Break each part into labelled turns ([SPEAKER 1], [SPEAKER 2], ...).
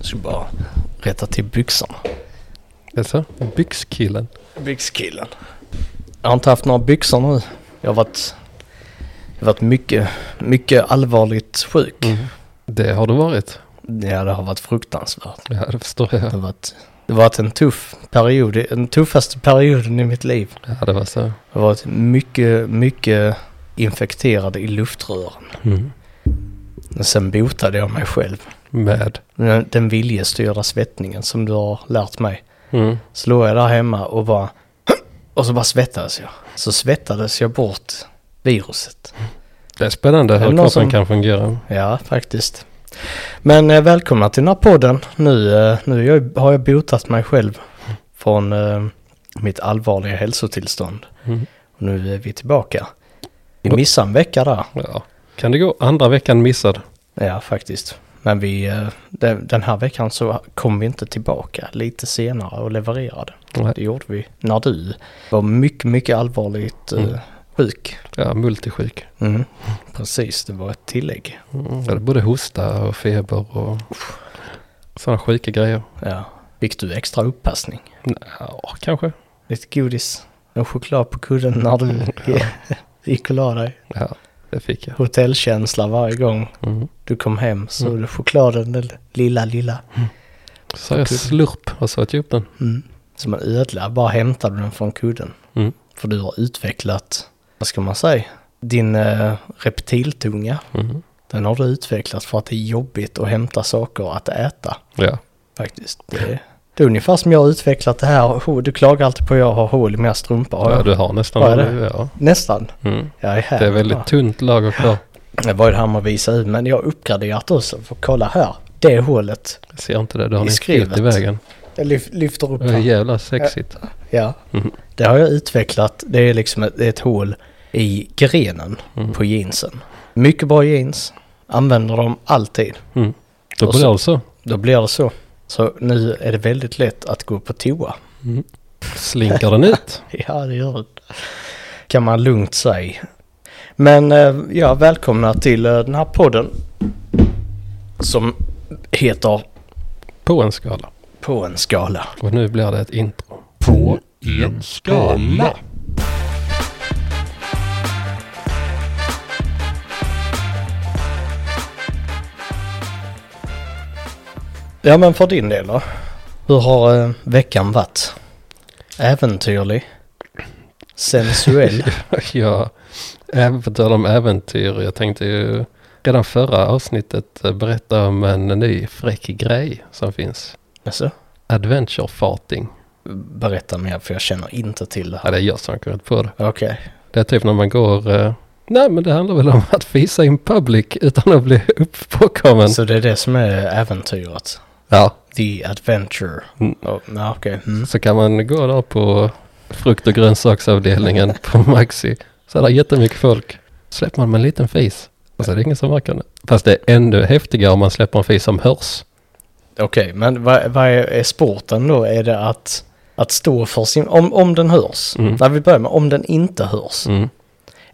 [SPEAKER 1] Ska bara rätta till byxorna.
[SPEAKER 2] Jaså? Byxkillen?
[SPEAKER 1] Byxkillen. Jag har inte haft några byxor nu. Jag har varit, jag har varit mycket, mycket allvarligt sjuk.
[SPEAKER 2] Mm. Det har du varit.
[SPEAKER 1] Ja, det har varit fruktansvärt.
[SPEAKER 2] Ja, det förstår
[SPEAKER 1] Det
[SPEAKER 2] jag.
[SPEAKER 1] har varit, det har varit en tuff period, den tuffaste perioden i mitt liv.
[SPEAKER 2] Ja, det var så.
[SPEAKER 1] Jag har varit mycket, mycket infekterad i luftrören.
[SPEAKER 2] Mm.
[SPEAKER 1] Sen botade jag mig själv.
[SPEAKER 2] Med.
[SPEAKER 1] Den, den viljestyrda svettningen som du har lärt mig.
[SPEAKER 2] Mm.
[SPEAKER 1] Så låg jag där hemma och bara... Och så bara svettades jag. Så svettades jag bort viruset.
[SPEAKER 2] Det är spännande
[SPEAKER 1] Är det
[SPEAKER 2] hur
[SPEAKER 1] någon
[SPEAKER 2] kroppen
[SPEAKER 1] som-
[SPEAKER 2] kan fungera.
[SPEAKER 1] Ja, faktiskt. Men eh, välkomna till den här podden. Nu, eh, nu är jag, har jag botat mig själv från eh, mitt allvarliga hälsotillstånd.
[SPEAKER 2] Mm.
[SPEAKER 1] Och nu är vi tillbaka. Vi missade en vecka där.
[SPEAKER 2] Ja. Kan det gå andra veckan missad?
[SPEAKER 1] Ja, faktiskt. Men vi, eh, den den här veckan så kom vi inte tillbaka lite senare och levererade.
[SPEAKER 2] Nej.
[SPEAKER 1] Det gjorde vi när du var mycket, mycket allvarligt eh,
[SPEAKER 2] Mm.
[SPEAKER 1] sjuk.
[SPEAKER 2] Ja, multisjuk.
[SPEAKER 1] Mm. Precis, det var ett tillägg.
[SPEAKER 2] Mm. Ja, det är både hosta och feber och sådana sjuka grejer.
[SPEAKER 1] Ja. Fick du extra upppassning?
[SPEAKER 2] Ja, kanske.
[SPEAKER 1] Lite godis? En choklad på kudden när du gick och la dig?
[SPEAKER 2] Ja, det fick jag.
[SPEAKER 1] Hotellkänsla varje gång
[SPEAKER 2] Mm.
[SPEAKER 1] du kom hem så du chokladen, den lilla, lilla.
[SPEAKER 2] Så sa jag slurp och så åt jag upp den.
[SPEAKER 1] Mm. Som en ödla, bara hämtade du den från kudden.
[SPEAKER 2] Mm.
[SPEAKER 1] För du har utvecklat, vad ska man säga, din eh, reptiltunga.
[SPEAKER 2] Mm.
[SPEAKER 1] Den har du utvecklat för att det är jobbigt att hämta saker att äta
[SPEAKER 2] Ja,
[SPEAKER 1] faktiskt. Det är, det är ungefär som jag har utvecklat det här, Hå- du klagar alltid på att jag har hål i mina strumpor. Har
[SPEAKER 2] ja,
[SPEAKER 1] jag?
[SPEAKER 2] du har nästan
[SPEAKER 1] Vad är
[SPEAKER 2] det. Ja.
[SPEAKER 1] Nästan.
[SPEAKER 2] Mm.
[SPEAKER 1] Jag är här.
[SPEAKER 2] Det är väldigt tunt lager kvar.
[SPEAKER 1] Det var ju det här med att visa ut, men jag har uppgraderat också. För kolla här, det hålet.
[SPEAKER 2] Jag ser inte det. Du har
[SPEAKER 1] I
[SPEAKER 2] en filt
[SPEAKER 1] skrevet.
[SPEAKER 2] i vägen.
[SPEAKER 1] Jag lyf- lyfter upp
[SPEAKER 2] Det är
[SPEAKER 1] här.
[SPEAKER 2] jävla sexigt.
[SPEAKER 1] Ja.
[SPEAKER 2] Mhm.
[SPEAKER 1] Det har jag utvecklat. Det är liksom ett, ett hål i grenen på jeansen. Mycket bra jeans. Använder dem alltid.
[SPEAKER 2] Mm. Då
[SPEAKER 1] Och
[SPEAKER 2] blir
[SPEAKER 1] så-
[SPEAKER 2] det alltså så.
[SPEAKER 1] Då blir det så. Så nu är det väldigt lätt att gå på toa.
[SPEAKER 2] Slinker den ut.
[SPEAKER 1] Ja, det gör det. Kan man lugnt säga. Men eh, ja, välkomna till eh, den här podden. Som heter
[SPEAKER 2] På en skala.
[SPEAKER 1] På en skala.
[SPEAKER 2] Och nu blir det ett intro.
[SPEAKER 1] På
[SPEAKER 2] En skala.
[SPEAKER 1] Ja men för din del då? Hur har eh, veckan varit? Äventyrlig? Sensuell?
[SPEAKER 2] Ja, även på tal om äventyr. Jag tänkte ju redan förra avsnittet eh, berätta om en ny fräck grej som finns.
[SPEAKER 1] alltså,
[SPEAKER 2] Adventure farting.
[SPEAKER 1] berätta mer för jag känner inte till det
[SPEAKER 2] Ja,
[SPEAKER 1] här.
[SPEAKER 2] det är jag som har kommit på det.
[SPEAKER 1] Okej.
[SPEAKER 2] Det är typ när man går... eh, Nej, men det handlar väl om att fisa in public utan att bli uppåkommen.
[SPEAKER 1] Så det är det som är äventyret?
[SPEAKER 2] Ja,
[SPEAKER 1] The Adventure?
[SPEAKER 2] Mm.
[SPEAKER 1] Oh, ja, okej. Mm.
[SPEAKER 2] så kan man gå där på frukt och grönsaksavdelningen på Maxi. Så är det jättemycket folk. Släpper man med en liten fis. Alltså det är ingen som märker det. Fast det är ännu häftigare om man släpper en fis som hörs.
[SPEAKER 1] Okej, men vad, vad är, är sporten då? Är det att, att stå för sin... Om, om den hörs?
[SPEAKER 2] Mm.
[SPEAKER 1] När vi börjar med om den inte hörs.
[SPEAKER 2] Mm.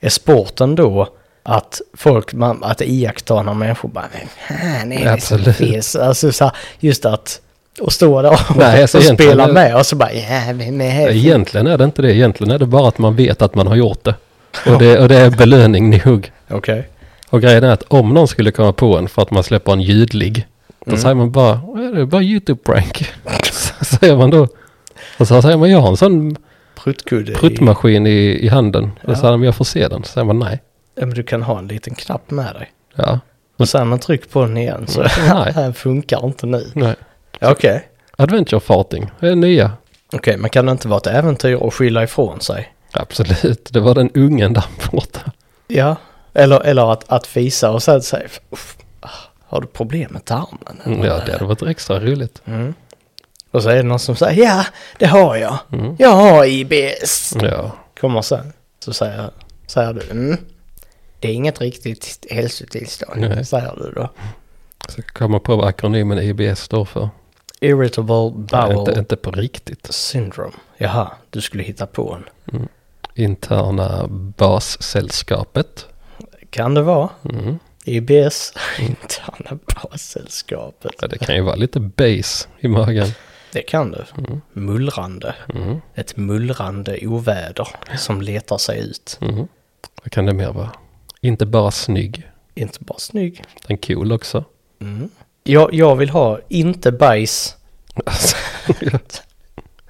[SPEAKER 1] Är sporten då att folk, man, att iaktta när människor bara, "Vem fan är det som
[SPEAKER 2] Absolut.
[SPEAKER 1] finns? Alltså så här, just att, och stå där och,
[SPEAKER 2] Nej, alltså
[SPEAKER 1] och
[SPEAKER 2] egentligen
[SPEAKER 1] spela
[SPEAKER 2] är-
[SPEAKER 1] med och så bara, ja, vem är det?
[SPEAKER 2] Egentligen är det inte det. Egentligen är det bara att man vet att man har gjort det. Och det, och det är belöning nog.
[SPEAKER 1] Okej.
[SPEAKER 2] Och grejen är att om någon skulle komma på en för att man släpper en ljudlig. Då säger man bara, "Vad är det bara YouTube-prank. så säger man då. Och så säger man, jag har en sån
[SPEAKER 1] Pruttkudde. i-
[SPEAKER 2] pruttmaskin i, i handen. Och så säger man, jag får se den. Så säger man nej.
[SPEAKER 1] Ja, men du kan ha en liten knapp med dig.
[SPEAKER 2] Ja,
[SPEAKER 1] Och sen man trycker på den igen så
[SPEAKER 2] Nej.
[SPEAKER 1] den funkar inte nu.
[SPEAKER 2] nej.
[SPEAKER 1] Okej.
[SPEAKER 2] Adventure farting, det är nya.
[SPEAKER 1] Okej, men kan det inte vara ett äventyr och skylla ifrån sig?
[SPEAKER 2] Absolut, det var den ungen där borta.
[SPEAKER 1] Ja. Eller, eller att, att fisa och sen säga, "Uff, ah, har du problem med tarmen?
[SPEAKER 2] Mm, Ja, det hade varit extra roligt.
[SPEAKER 1] Och så är det någon som säger ja, det har jag. Jag har IBS.
[SPEAKER 2] Mm. Ja,
[SPEAKER 1] Kommer sen. Så säger, säger du mm, det är inget riktigt hälsotillstånd.
[SPEAKER 2] Nej.
[SPEAKER 1] Säger du då.
[SPEAKER 2] så kommer jag på vad akronymen IBS står för.
[SPEAKER 1] Irritable
[SPEAKER 2] Nej,
[SPEAKER 1] bowel
[SPEAKER 2] Inte, inte på riktigt.
[SPEAKER 1] syndrome. Jaha, du skulle hitta på en.
[SPEAKER 2] Interna bassällskapet.
[SPEAKER 1] Kan det vara?
[SPEAKER 2] Mm.
[SPEAKER 1] IBS, interna bassällskapet.
[SPEAKER 2] Ja, det kan ju vara lite base i magen.
[SPEAKER 1] Det kan du.
[SPEAKER 2] Mm.
[SPEAKER 1] Mullrande.
[SPEAKER 2] Mm.
[SPEAKER 1] Ett mullrande oväder som letar sig ut.
[SPEAKER 2] Mm. Vad kan det mer vara? Inte bara snygg,
[SPEAKER 1] Inte bara snygg.
[SPEAKER 2] utan cool också.
[SPEAKER 1] Mm. Jag, jag vill ha inte bajs.
[SPEAKER 2] Alltså,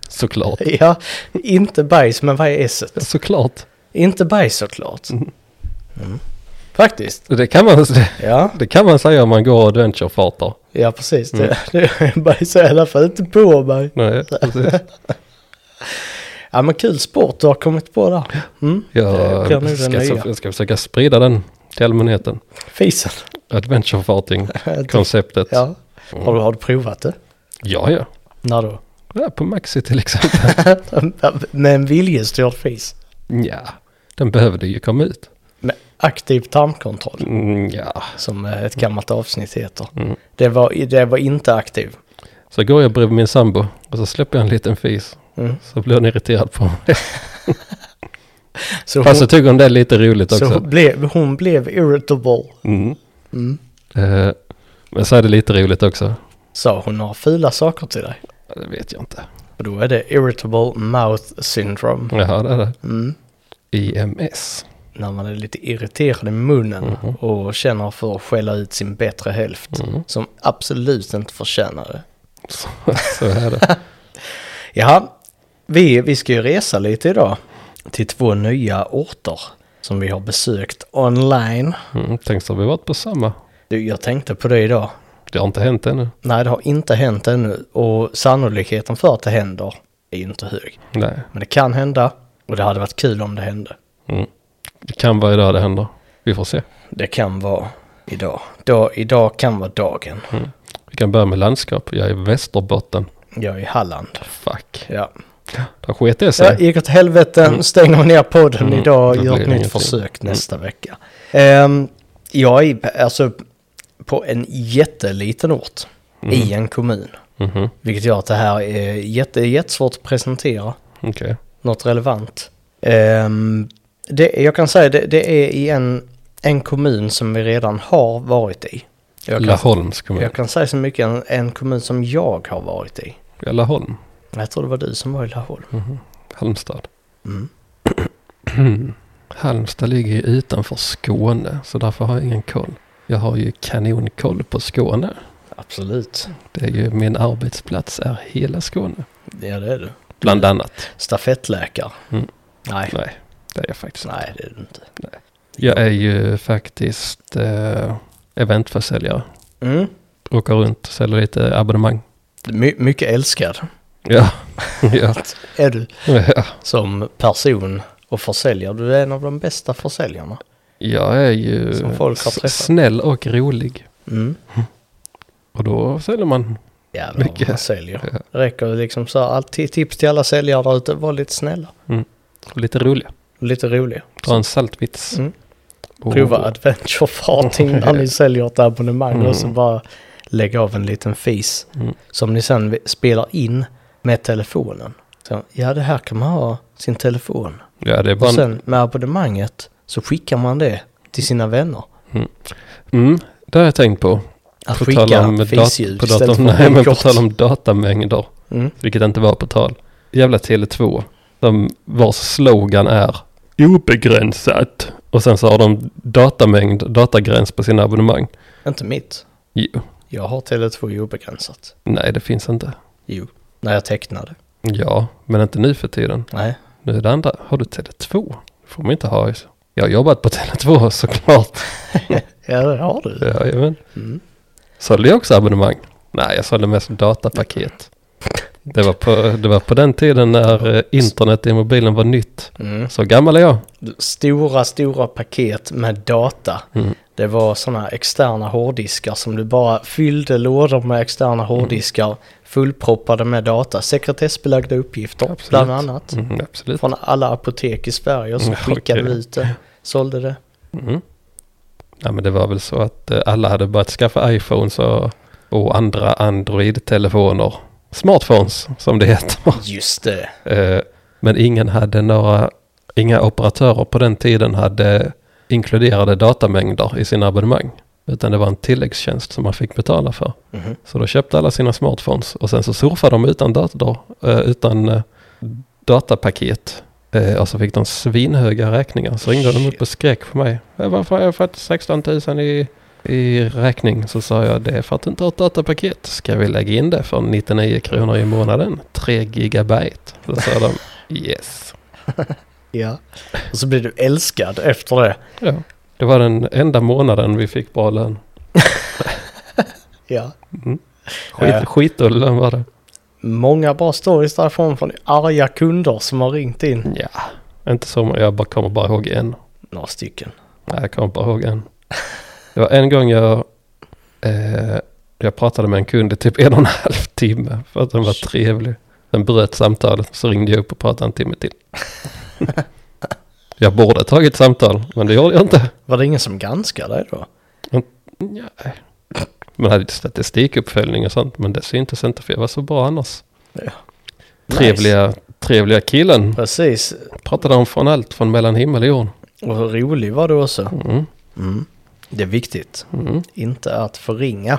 [SPEAKER 2] Såklart.
[SPEAKER 1] Ja, inte bajs, men vad är esset?
[SPEAKER 2] Såklart.
[SPEAKER 1] Inte bajs såklart. Mm. Faktiskt.
[SPEAKER 2] Det kan man,
[SPEAKER 1] Ja,
[SPEAKER 2] det kan man säga om man går adventure-fartar.
[SPEAKER 1] ja precis. Det, det bajsar i alla fall inte på mig.
[SPEAKER 2] Nej, precis.
[SPEAKER 1] Ja men kul sport du har kommit på där. Mm. Det blir
[SPEAKER 2] Jag,
[SPEAKER 1] nu den
[SPEAKER 2] ska,
[SPEAKER 1] nya.
[SPEAKER 2] jag ska försöka sprida den till allmänheten.
[SPEAKER 1] Fisen.
[SPEAKER 2] Adventure-farting-konceptet.
[SPEAKER 1] Ja. Har, du, har du provat det?
[SPEAKER 2] ja. ja.
[SPEAKER 1] När då?
[SPEAKER 2] Ja, på liksom. Maxi till exempel.
[SPEAKER 1] Med en viljestyrd fis?
[SPEAKER 2] ja, den behövde ju komma ut.
[SPEAKER 1] Med aktiv tarmkontroll,
[SPEAKER 2] Mm, ja,
[SPEAKER 1] som eh, ett gammalt avsnitt heter.
[SPEAKER 2] Mm.
[SPEAKER 1] Det, var, det var inte aktiv.
[SPEAKER 2] så går jag bredvid min sambo och så släpper jag en liten fis.
[SPEAKER 1] Mm.
[SPEAKER 2] Så blir hon irriterad på mig.
[SPEAKER 1] Så, hon,
[SPEAKER 2] Fast så tycker hon det är lite roligt
[SPEAKER 1] så hon,
[SPEAKER 2] också.
[SPEAKER 1] blev, hon blev irritable,
[SPEAKER 2] Mm.
[SPEAKER 1] Mm.
[SPEAKER 2] Eh, men så är det lite roligt också.
[SPEAKER 1] sa hon några fula saker till dig.
[SPEAKER 2] Ja, Det vet jag inte.
[SPEAKER 1] Och då är det irritable mouth syndrome.
[SPEAKER 2] Jaha, det är det.
[SPEAKER 1] Mm.
[SPEAKER 2] IMS.
[SPEAKER 1] När man är lite irriterad i munnen
[SPEAKER 2] Mhm.
[SPEAKER 1] och känner för att skälla ut sin bättre hälft.
[SPEAKER 2] Mm.
[SPEAKER 1] Som absolut inte förtjänar det.
[SPEAKER 2] Så, så är det.
[SPEAKER 1] Jaha, vi, vi ska ju resa lite idag till två nya orter som vi har besökt online.
[SPEAKER 2] Mm, tänk så har vi varit på samma.
[SPEAKER 1] Du, jag tänkte på det idag.
[SPEAKER 2] Det har inte hänt ännu.
[SPEAKER 1] Nej, det har inte hänt ännu och sannolikheten för att det händer är ju inte hög.
[SPEAKER 2] Nej,
[SPEAKER 1] Men det kan hända och det hade varit kul om det hände.
[SPEAKER 2] Mm. det kan vara idag det händer. Vi får se.
[SPEAKER 1] Det kan vara idag. Då, idag kan vara dagen.
[SPEAKER 2] Vi kan börja med landskap. Jag är i Västerbotten.
[SPEAKER 1] Jag är i Halland.
[SPEAKER 2] Fuck.
[SPEAKER 1] Ja.
[SPEAKER 2] Där sket det
[SPEAKER 1] Ja,
[SPEAKER 2] sig.
[SPEAKER 1] gick åt helvete, stänger vi ner podden
[SPEAKER 2] Mm,
[SPEAKER 1] idag,
[SPEAKER 2] det
[SPEAKER 1] gör
[SPEAKER 2] blir
[SPEAKER 1] ett nytt
[SPEAKER 2] ingenting. Mm.
[SPEAKER 1] försök nästa vecka. Ehm, jag är alltså på en jätteliten ort
[SPEAKER 2] Mm.
[SPEAKER 1] i en kommun,
[SPEAKER 2] Mhm.
[SPEAKER 1] vilket gör att det här är jätte, jättesvårt att presentera
[SPEAKER 2] Okej.
[SPEAKER 1] något relevant. Ehm, det, jag kan säga det, det är i en, en kommun som vi redan har varit i. Jag kan,
[SPEAKER 2] Laholms kommun.
[SPEAKER 1] jag kan säga så mycket, en, en kommun som jag har varit i.
[SPEAKER 2] Ja, Laholm.
[SPEAKER 1] Jag tror det var du som var i Laholm.
[SPEAKER 2] Halmstad.
[SPEAKER 1] Mm.
[SPEAKER 2] Halmstad ligger ju utanför Skåne, så därför har jag ingen koll. Jag har ju kanonkoll på Skåne.
[SPEAKER 1] Absolut,
[SPEAKER 2] Det är ju, min arbetsplats är hela Skåne.
[SPEAKER 1] ja det är du.
[SPEAKER 2] Bland annat.
[SPEAKER 1] Stafettläkare?
[SPEAKER 2] Mm.
[SPEAKER 1] Nej.
[SPEAKER 2] Nej, det är jag faktiskt inte.
[SPEAKER 1] Nej, det är det inte.
[SPEAKER 2] Jag är ju faktiskt eh, eventförsäljare.
[SPEAKER 1] Mm.
[SPEAKER 2] Åker runt och säljer lite abonnemang.
[SPEAKER 1] My- mycket älskad
[SPEAKER 2] Ja, ja.
[SPEAKER 1] är du
[SPEAKER 2] ja.
[SPEAKER 1] som person och försäljare. Du är en av de bästa försäljarna.
[SPEAKER 2] Jag är ju
[SPEAKER 1] Som folk har
[SPEAKER 2] s-
[SPEAKER 1] träffat.
[SPEAKER 2] snäll och rolig.
[SPEAKER 1] Mm.
[SPEAKER 2] Och då säljer man.
[SPEAKER 1] Jävlar vad
[SPEAKER 2] Mycket.
[SPEAKER 1] man säljer.
[SPEAKER 2] Ja.
[SPEAKER 1] Räcker det liksom så här, alltid tips till alla säljare där ute, var lite snälla.
[SPEAKER 2] Lite roliga.
[SPEAKER 1] Och Lite roliga.
[SPEAKER 2] Dra en saltvits.
[SPEAKER 1] Mm.
[SPEAKER 2] Och-
[SPEAKER 1] Prova adventure farting när ni säljer ett abonnemang och så
[SPEAKER 2] Mm.
[SPEAKER 1] bara lägga av en liten fis.
[SPEAKER 2] Mm.
[SPEAKER 1] Som ni sen vi- spelar in med telefonen. Så, ja, det här kan man ha sin telefon.
[SPEAKER 2] Ja, det är
[SPEAKER 1] Och
[SPEAKER 2] bara en-
[SPEAKER 1] sen med abonnemanget så skickar man det till sina vänner.
[SPEAKER 2] Mm, det har jag tänkt på.
[SPEAKER 1] Att
[SPEAKER 2] På
[SPEAKER 1] skicka
[SPEAKER 2] tal om,
[SPEAKER 1] fisljud
[SPEAKER 2] dat- på
[SPEAKER 1] istället
[SPEAKER 2] datorn-
[SPEAKER 1] för
[SPEAKER 2] nej, men på
[SPEAKER 1] prenkort.
[SPEAKER 2] tal om datamängder,
[SPEAKER 1] Mm.
[SPEAKER 2] vilket inte var på tal. Jävla Tele2, de, vars slogan är obegränsat. Och sen så har de datamängd, datagräns på sina abonnemang.
[SPEAKER 1] Inte mitt.
[SPEAKER 2] Jo,
[SPEAKER 1] Jag har Tele2 obegränsat.
[SPEAKER 2] nej det finns inte.
[SPEAKER 1] Jo, när jag tecknade.
[SPEAKER 2] Ja, men inte nu för tiden.
[SPEAKER 1] Nej,
[SPEAKER 2] Nu är det andra. Har du Tele2? får man inte ha. Jag har jobbat på Tele2 såklart.
[SPEAKER 1] ja det har du.
[SPEAKER 2] Jajamän.
[SPEAKER 1] Mm.
[SPEAKER 2] Sålde jag också abonnemang? Nej, jag sålde mest datapaket. Det var, på, det var på den tiden när eh, internet i mobilen var nytt.
[SPEAKER 1] Mm.
[SPEAKER 2] Så gammal är jag.
[SPEAKER 1] Stora, stora paket med data.
[SPEAKER 2] Mm.
[SPEAKER 1] Det var sådana externa hårddiskar som du bara fyllde lådor med
[SPEAKER 2] Mm.
[SPEAKER 1] externa hårddiskar fullproppade med data. Sekretessbelagda uppgifter
[SPEAKER 2] Absolut.
[SPEAKER 1] bland annat.
[SPEAKER 2] Mm, absolut.
[SPEAKER 1] Från alla apotek i Sverige och så
[SPEAKER 2] Mm,
[SPEAKER 1] skickade
[SPEAKER 2] okej.
[SPEAKER 1] vi ut det. Sålde det.
[SPEAKER 2] Mm. Nej, men det var väl så att eh, alla hade börjat skaffa iPhones och, och andra Android-telefoner. Smartphones, som det heter.
[SPEAKER 1] Just det.
[SPEAKER 2] Eh, Men ingen hade några, inga operatörer på den tiden hade inkluderade datamängder i sina abonnemang. Utan det var en tilläggstjänst som man fick betala för.
[SPEAKER 1] Mm-hmm.
[SPEAKER 2] Så då köpte alla sina smartphones och sen så surfade de utan, dator, eh, utan eh, datapaket. Eh, och så fick de svinhöga räkningar. Så ringde de upp och skrek på mig. "Eh, Varför har jag fått 16 000 i, i räkning? Så sa jag det är för att du inte har ett datapaket. Ska vi lägga in det för 99 kronor i månaden? 3 gigabyte. Då sa de yes.
[SPEAKER 1] Ja. Och så blir du älskad efter det.
[SPEAKER 2] Ja. Det var den enda månaden vi fick bra lön.
[SPEAKER 1] Ja.
[SPEAKER 2] Mm. Skit,
[SPEAKER 1] Ja.
[SPEAKER 2] Skitdålig lön var det.
[SPEAKER 1] Många bra stories därifrån från arga kunder som har ringt in.
[SPEAKER 2] Ja, inte så många. Jag bara kommer bara ihåg en.
[SPEAKER 1] Några stycken.
[SPEAKER 2] Nej, jag kommer bara ihåg en. Det var en gång jag, eh, jag pratade med en kund i typ en och en halv timme för att den var trevlig. Sen bröt samtalet så ringde jag upp och pratade en timme till. jag borde ha tagit samtal, men det gjorde jag inte.
[SPEAKER 1] Var det ingen som granskade dig då?
[SPEAKER 2] Nej. Man hade lite statistikuppföljning och sånt, men det syntes inte för jag var så bra annars.
[SPEAKER 1] Ja. Nice.
[SPEAKER 2] Trevliga, trevliga killen.
[SPEAKER 1] Precis.
[SPEAKER 2] Pratade om från allt, från mellan himmel och jord.
[SPEAKER 1] Och rolig var du också.
[SPEAKER 2] Mm.
[SPEAKER 1] Mm. Det är viktigt.
[SPEAKER 2] Mm.
[SPEAKER 1] Inte att förringa.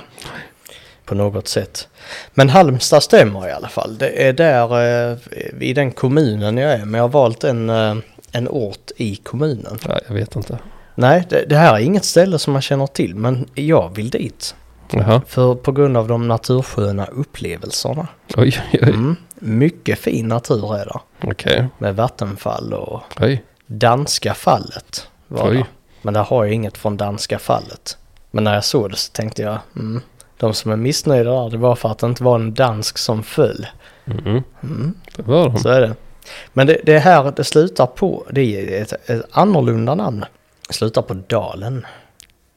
[SPEAKER 1] På något sätt. Men Halmstad stämmer i alla fall. Det är där eh, i den kommunen jag är. Men jag har valt en, eh, en ort i kommunen.
[SPEAKER 2] Ja, jag vet inte.
[SPEAKER 1] Nej, det, det här är inget ställe som man känner till. Men jag vill dit.
[SPEAKER 2] Jaha,
[SPEAKER 1] För på grund av de natursköna upplevelserna.
[SPEAKER 2] oj, oj, oj.
[SPEAKER 1] Mm. Mycket fin natur är där.
[SPEAKER 2] Okej,
[SPEAKER 1] Med vattenfall och
[SPEAKER 2] oj.
[SPEAKER 1] Danska fallet var
[SPEAKER 2] Oj.
[SPEAKER 1] det. Men där har jag inget från danska fallet. Men när jag såg det så tänkte jag, mm, de som är missnöjda där, det var för att det inte var en dansk som föll.
[SPEAKER 2] Mm.
[SPEAKER 1] Mm,
[SPEAKER 2] Det var de.
[SPEAKER 1] så är det. Men det, det här det slutar på, det är ett, ett annorlunda namn. Det slutar på dalen.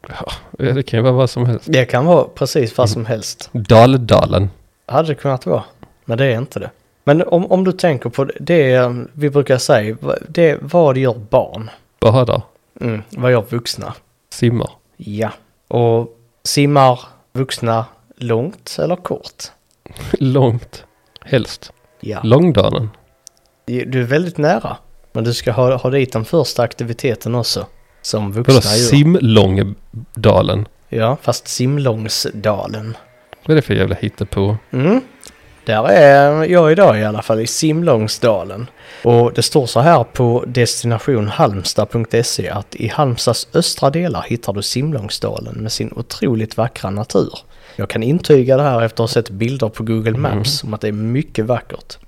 [SPEAKER 2] Ja, det kan ju vara vad som helst.
[SPEAKER 1] Det kan vara precis vad som helst.
[SPEAKER 2] Daldalen.
[SPEAKER 1] Hade det kunnat vara. Men det är inte det. Men om, om du tänker på det, det vi brukar säga, det vad gör barn?
[SPEAKER 2] Badar.
[SPEAKER 1] Mm, vad gör vuxna?
[SPEAKER 2] Simmar.
[SPEAKER 1] Ja, och simmar vuxna långt eller kort?
[SPEAKER 2] Långt. Helst.
[SPEAKER 1] Ja.
[SPEAKER 2] Långdalen.
[SPEAKER 1] Du är väldigt nära, men du ska ha, ha dit den första aktiviteten också. Som
[SPEAKER 2] Vadå
[SPEAKER 1] vuxna gör.
[SPEAKER 2] simlångdalen?
[SPEAKER 1] ja, fast Simlångsdalen.
[SPEAKER 2] Vad är det för jävla hittepå?
[SPEAKER 1] Mm. Där är jag idag i alla fall, i Simlångsdalen. Och det står så här på destinationhalmstad.se att i Halmstads östra delar hittar du Simlångsdalen med sin otroligt vackra natur. Jag kan intyga det här efter att ha sett bilder på Google Maps om att det är mycket vackert.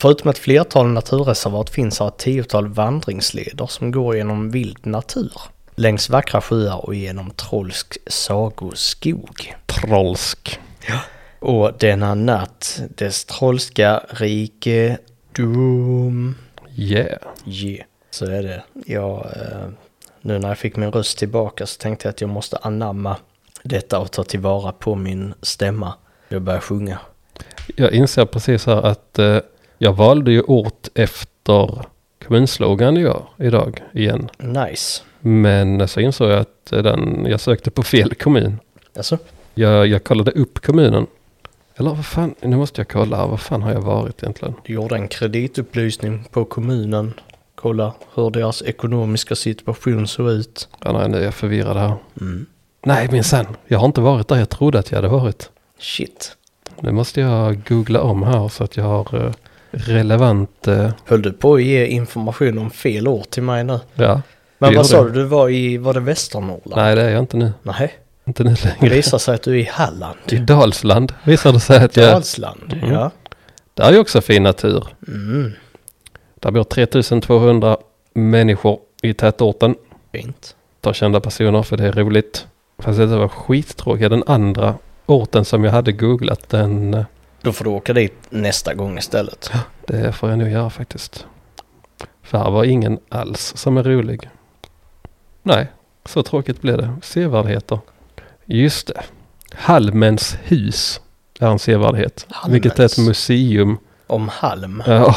[SPEAKER 1] Förutom ett flertal naturreservat finns här ett tiotal vandringsleder som går genom vild natur. Längs vackra sjöar och genom trolsk sagoskog.
[SPEAKER 2] Trollsk.
[SPEAKER 1] Och denna natt, dess trolska rike dom.
[SPEAKER 2] Yeah.
[SPEAKER 1] Yeah. Så är det. Jag, eh, nu när jag fick min röst tillbaka så tänkte jag att jag måste anamma detta och ta tillvara på min stämma. Jag börjar sjunga.
[SPEAKER 2] Jag inser precis här att eh, jag valde ju ort efter kommunslogan jag idag igen.
[SPEAKER 1] Nice.
[SPEAKER 2] Men så insåg jag att eh, den, jag sökte på fel kommun.
[SPEAKER 1] Alltså,
[SPEAKER 2] Jag, jag kollade upp kommunen. Eller vad fan, nu måste jag kolla här. Vad fan har jag varit egentligen?
[SPEAKER 1] du gjorde en kreditupplysning på kommunen. Kolla hur deras ekonomiska situation såg ut.
[SPEAKER 2] Ja, nej, nu är jag förvirrad här.
[SPEAKER 1] Mm.
[SPEAKER 2] Nej, minsann. Jag har inte varit där jag trodde att jag hade varit.
[SPEAKER 1] Shit.
[SPEAKER 2] Nu måste jag googla om här så att jag har eh, relevant... eh,
[SPEAKER 1] Höll du på att ge information om fel år till mig nu?
[SPEAKER 2] ja.
[SPEAKER 1] Men vad
[SPEAKER 2] Det gjorde
[SPEAKER 1] sa
[SPEAKER 2] jag.
[SPEAKER 1] du, du var i, var det Västernorrland?
[SPEAKER 2] Nej, det är jag inte nu.
[SPEAKER 1] Nej,
[SPEAKER 2] Inte nu
[SPEAKER 1] det
[SPEAKER 2] längre.
[SPEAKER 1] visar sig att du är i Halland.
[SPEAKER 2] I Dalsland visar det sig att jag...
[SPEAKER 1] Dalsland,
[SPEAKER 2] Mm.
[SPEAKER 1] ja.
[SPEAKER 2] Där är ju också fin natur.
[SPEAKER 1] Mm.
[SPEAKER 2] Där bor 3200 människor i tätorten.
[SPEAKER 1] Fint.
[SPEAKER 2] Ta kända personer för det är roligt. Fast det var skittråkigt. Den andra orten som jag hade googlat den... eh,
[SPEAKER 1] Då får du åka dit nästa gång istället.
[SPEAKER 2] Det får jag nog göra faktiskt. För här var ingen alls som är rolig. Nej, så tråkigt blev det. Sevärdheter. Just det. Halmens hus är en sevärdhet.
[SPEAKER 1] Halmens.
[SPEAKER 2] Vilket är ett museum.
[SPEAKER 1] Om halm.
[SPEAKER 2] Ja,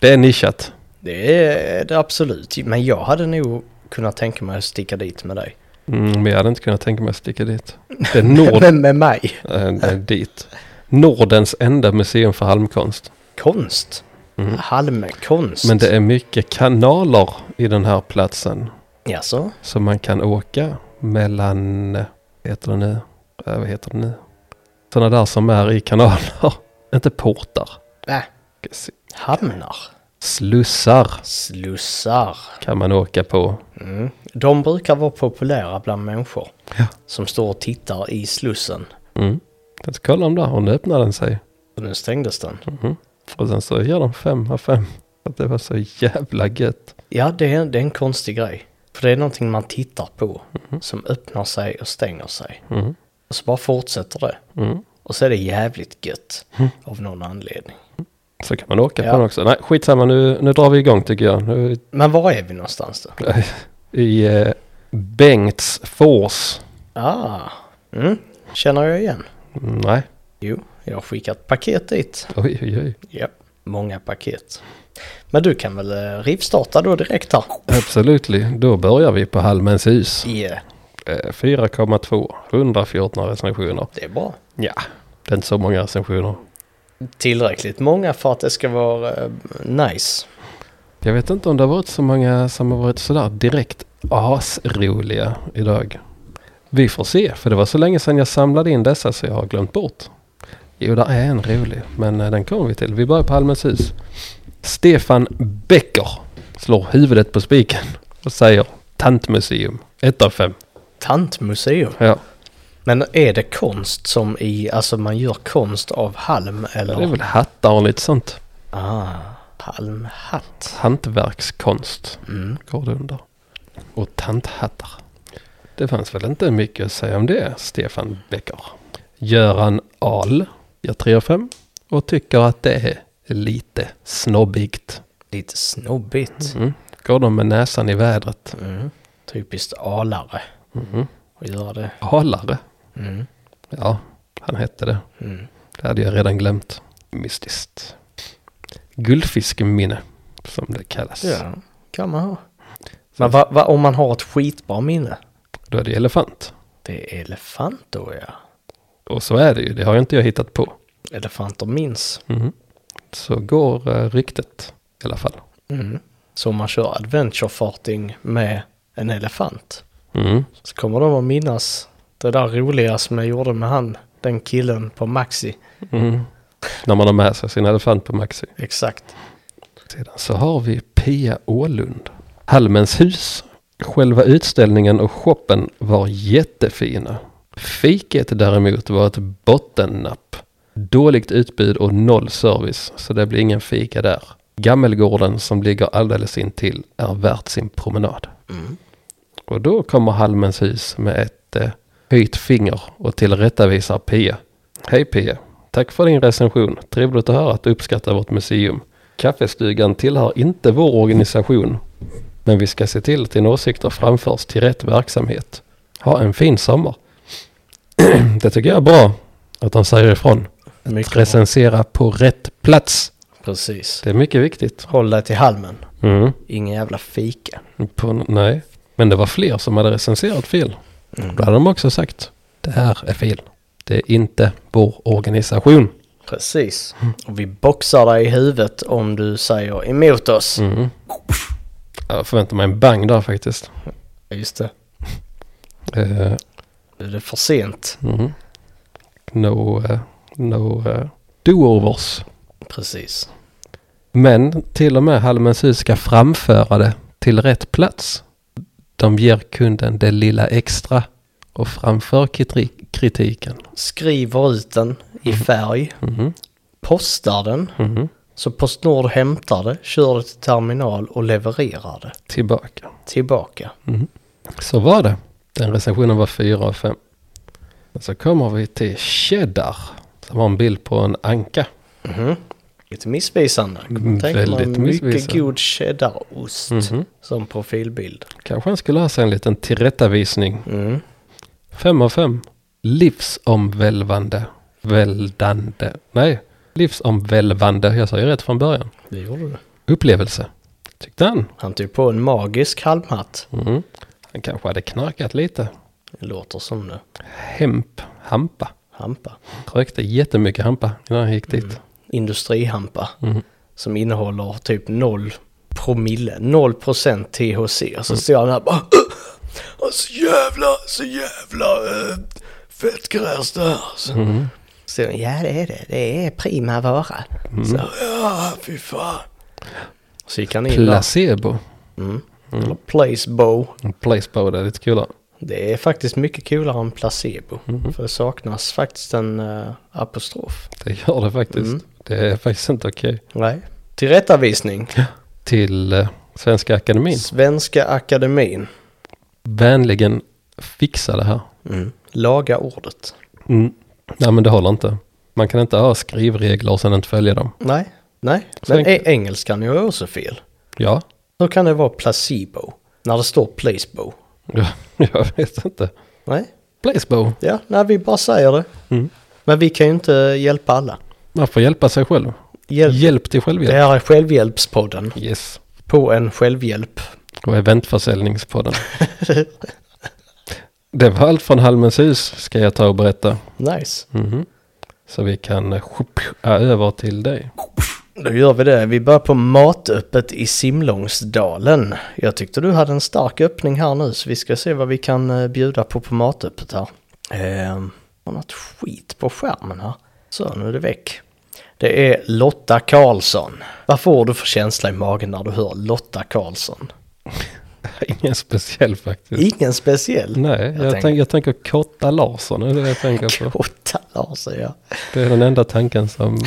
[SPEAKER 2] det är nischat.
[SPEAKER 1] Det är det absolut. Men jag hade nog kunnat tänka mig att sticka dit med dig.
[SPEAKER 2] Mm, men jag hade inte kunnat tänka mig att sticka dit. Det är Nord,
[SPEAKER 1] Men med mig?
[SPEAKER 2] eh, nej, dit. Nordens enda museum för halmkonst.
[SPEAKER 1] Konst.
[SPEAKER 2] Mm.
[SPEAKER 1] Halmkonst.
[SPEAKER 2] Men det är mycket kanaler i den här platsen.
[SPEAKER 1] Jaså?
[SPEAKER 2] Så man kan åka mellan eh, vad heter det nu? Äh, vad heter det nu? Sådana där som är i kanaler. Inte portar.
[SPEAKER 1] Äh,
[SPEAKER 2] Ska se.
[SPEAKER 1] hamnar,
[SPEAKER 2] Slussar
[SPEAKER 1] slussar.
[SPEAKER 2] kan man åka på.
[SPEAKER 1] Mm. De brukar vara populära bland människor
[SPEAKER 2] Ja.
[SPEAKER 1] som står och tittar i slussen.
[SPEAKER 2] Mm. Jag ska kolla om där, om nu öppnar den sig.
[SPEAKER 1] Och nu stängdes den.
[SPEAKER 2] Mhm. Och sen så gör de fem av fem. För att det var så jävla gött.
[SPEAKER 1] Ja, det är, det är en konstig grej. För det är någonting man tittar på som öppnar sig och stänger sig.
[SPEAKER 2] Mm.
[SPEAKER 1] Och så bara fortsätter det.
[SPEAKER 2] Mm.
[SPEAKER 1] Och så är det jävligt gött av någon anledning.
[SPEAKER 2] Så kan man åka
[SPEAKER 1] Ja.
[SPEAKER 2] på den också. Nej, skitsamma, nu, nu drar vi igång tycker jag. Nu,
[SPEAKER 1] Men var är vi någonstans då?
[SPEAKER 2] I eh, Bengtsfors.
[SPEAKER 1] Ah, mm. känner jag igen.
[SPEAKER 2] Mm, Nej,
[SPEAKER 1] Jo, jag har skickat paket dit.
[SPEAKER 2] oj oj oj.
[SPEAKER 1] Ja, många paket. Men du kan väl eh, rivstarta då direkt här?
[SPEAKER 2] Absolut, då börjar vi på Halmens hus.
[SPEAKER 1] Ja,
[SPEAKER 2] Eh, 4,2, 114 recensioner.
[SPEAKER 1] det är bra.
[SPEAKER 2] Ja, det är inte så många recensioner.
[SPEAKER 1] Tillräckligt många för att det ska vara eh, nice.
[SPEAKER 2] Jag vet inte om det har varit så många som har varit sådär direkt asroliga idag. Vi får se, för det var så länge sedan jag samlade in dessa så jag har glömt bort. Jo, där är en rolig, men eh, den kommer vi till. Vi börjar på Halmens hus. Stefan Becker slår huvudet på spiken och säger Tantmuseum, 1 av 5.
[SPEAKER 1] Tantmuseum.
[SPEAKER 2] Ja,
[SPEAKER 1] Men är det konst som i, alltså man gör konst av halm eller?
[SPEAKER 2] det är väl hattar och lite sånt.
[SPEAKER 1] Ah, halmhatt.
[SPEAKER 2] Hantverkskonst
[SPEAKER 1] Mm.
[SPEAKER 2] går det under. Och tanthattar. Det fanns väl inte mycket att säga om det, Stefan Becker. Göran Ahl gör 3 av 5 och tycker att det är lite snobbigt.
[SPEAKER 1] Lite snobbigt.
[SPEAKER 2] Mm. Går de med näsan i vädret?
[SPEAKER 1] Mm. Typiskt alare
[SPEAKER 2] Mhm.
[SPEAKER 1] att göra det.
[SPEAKER 2] Ahlare?
[SPEAKER 1] Mm.
[SPEAKER 2] Ja, han hette det.
[SPEAKER 1] Mm.
[SPEAKER 2] Det hade jag redan glömt. Mystiskt. Guldfiskminne, som det kallas.
[SPEAKER 1] Ja, kan man ha. Men va, va, om man har ett skitbra minne?
[SPEAKER 2] Då är det elefant.
[SPEAKER 1] Det är elefant då ja.
[SPEAKER 2] Och så är det ju, det har ju inte jag hittat på.
[SPEAKER 1] Elefanter minns.
[SPEAKER 2] Mhm. Så går eh, ryktet i alla fall.
[SPEAKER 1] Mm. Så om man kör adventure farting med en elefant
[SPEAKER 2] Mm.
[SPEAKER 1] så kommer de att minnas det där roliga som jag gjorde med han, den killen på Maxi.
[SPEAKER 2] Mm. När man har med sig sin elefant på Maxi.
[SPEAKER 1] Exakt.
[SPEAKER 2] Sedan så har vi Pia Ålund. Halmens hus. Själva utställningen och shoppen var jättefina. Fiket däremot var ett bottennapp. Dåligt utbud och noll service, så det blir ingen fika där. Gammelgården som ligger alldeles intill är värt sin promenad.
[SPEAKER 1] Mm.
[SPEAKER 2] Och då kommer Halmens hus med ett eh, höjt finger och tillrättavisar Pia. Hej Pia, tack för din recension. Trevligt att höra att du uppskattar vårt museum. Kaffestugan tillhör inte vår organisation, men vi ska se till att dina åsikter framförs till rätt verksamhet. Ha en fin sommar. det tycker jag är bra att de säger ifrån.
[SPEAKER 1] Mycket bra.
[SPEAKER 2] Recensera på rätt plats.
[SPEAKER 1] Precis.
[SPEAKER 2] Det är mycket viktigt.
[SPEAKER 1] Håll dig till halmen.
[SPEAKER 2] Mm.
[SPEAKER 1] Ingen jävla fika.
[SPEAKER 2] På, nej, men det var fler som hade recenserat fel. Då hade de också sagt det här är fel. Det är inte vår organisation.
[SPEAKER 1] Precis. Och vi boxar dig i huvudet om du säger emot oss.
[SPEAKER 2] Mm. Jag förväntar mig en bang där faktiskt.
[SPEAKER 1] Ja, Just det.
[SPEAKER 2] Eh,
[SPEAKER 1] Nu är det för sent.
[SPEAKER 2] mm. No, eh, no eh, do-overs.
[SPEAKER 1] Precis.
[SPEAKER 2] Men till och med Halmens hus ska framföra det till rätt plats. De ger kunden det lilla extra och framför kriti- kritiken.
[SPEAKER 1] Skriver ut den i färg.
[SPEAKER 2] Mhm.
[SPEAKER 1] Postar den.
[SPEAKER 2] Mhm.
[SPEAKER 1] Så Postnord hämtar det, kör det till terminal och levererar det
[SPEAKER 2] Tillbaka.
[SPEAKER 1] tillbaka.
[SPEAKER 2] Så var det. Den recensionen var 4 av 5. Så kommer vi till Cheddar. Som har en bild på en anka.
[SPEAKER 1] Mhm. Lite missvisande.
[SPEAKER 2] Mm,
[SPEAKER 1] Tänk man
[SPEAKER 2] väldigt
[SPEAKER 1] mycket
[SPEAKER 2] missvisande.
[SPEAKER 1] god cheddarost
[SPEAKER 2] Mhm.
[SPEAKER 1] som profilbild.
[SPEAKER 2] Kanske han skulle ha sig en liten tillrättavisning.
[SPEAKER 1] Mm.
[SPEAKER 2] 5 av 5. Livsomvälvande. Väldande. Nej, livsomvälvande. Jag sa ju rätt från början.
[SPEAKER 1] Det gjorde du.
[SPEAKER 2] Upplevelse. Tyckte han.
[SPEAKER 1] Han tog på en magisk halmhatt.
[SPEAKER 2] Mhm. Han kanske hade knarkat lite.
[SPEAKER 1] Det låter som det.
[SPEAKER 2] Hemp. Hampa.
[SPEAKER 1] Hampa.
[SPEAKER 2] Rökte jättemycket hampa innan han gick dit.
[SPEAKER 1] industrihampa
[SPEAKER 2] Mhm.
[SPEAKER 1] som innehåller typ noll promille, noll procent THC. Så står han där bara Och så jävla, så jävla äh, fett gräs det här. Så. Så, ja det är det, det är prima vara. Så, ja fy fan. Så gick han in där.
[SPEAKER 2] Placebo.
[SPEAKER 1] Eller placebo.
[SPEAKER 2] Placebo, det är lite kulare.
[SPEAKER 1] Det är faktiskt mycket coolare än placebo. För det saknas faktiskt en eh, apostrof.
[SPEAKER 2] Det gör det faktiskt. Det är faktiskt inte okej.
[SPEAKER 1] Nej. Tillrättavisning.
[SPEAKER 2] Till eh, Svenska Akademin.
[SPEAKER 1] Svenska Akademin.
[SPEAKER 2] Vänligen fixa det här.
[SPEAKER 1] Laga ordet.
[SPEAKER 2] Mm. Nej men det håller inte. Man kan inte ha skrivregler och sen inte följa dem.
[SPEAKER 1] Nej, nej.
[SPEAKER 2] Så
[SPEAKER 1] Men e-
[SPEAKER 2] enkelt.
[SPEAKER 1] engelskan är ju också fel.
[SPEAKER 2] Ja,
[SPEAKER 1] Hur kan det vara placebo? När det står placebo.
[SPEAKER 2] ja jag vet inte.
[SPEAKER 1] Nej,
[SPEAKER 2] Placebo.
[SPEAKER 1] ja, nej vi bara säger det.
[SPEAKER 2] Mm.
[SPEAKER 1] Men vi kan ju inte hjälpa alla.
[SPEAKER 2] Man får hjälpa sig själv.
[SPEAKER 1] Hjälp.
[SPEAKER 2] Hjälp till
[SPEAKER 1] Det
[SPEAKER 2] självhjälp.
[SPEAKER 1] här är Självhjälpspodden.
[SPEAKER 2] Yes.
[SPEAKER 1] På en självhjälp.
[SPEAKER 2] Och eventförsäljningspodden. det var allt från Halmens hus ska jag ta och berätta.
[SPEAKER 1] Nice.
[SPEAKER 2] Mhm. Så vi kan eh, över till dig.
[SPEAKER 1] Då gör vi det. Vi börjar på matöppet i Simlångsdalen. Jag tyckte du hade en stark öppning här nu så vi ska se vad vi kan eh, bjuda på på matöppet här. Ehm, har något skit på skärmen här. Så, nu är det väck. Det är Lotta Karlsson. Vad får du för känsla i magen när du hör Lotta Karlsson?
[SPEAKER 2] Ingen speciell faktiskt.
[SPEAKER 1] Ingen speciell.
[SPEAKER 2] Nej, jag,
[SPEAKER 1] tänker-
[SPEAKER 2] tänker... Tänk, jag tänker Kotta Larsson. Är det det Mm, jag tänker på?
[SPEAKER 1] Kotta Larsson alltså, ja.
[SPEAKER 2] Det är den enda tanken som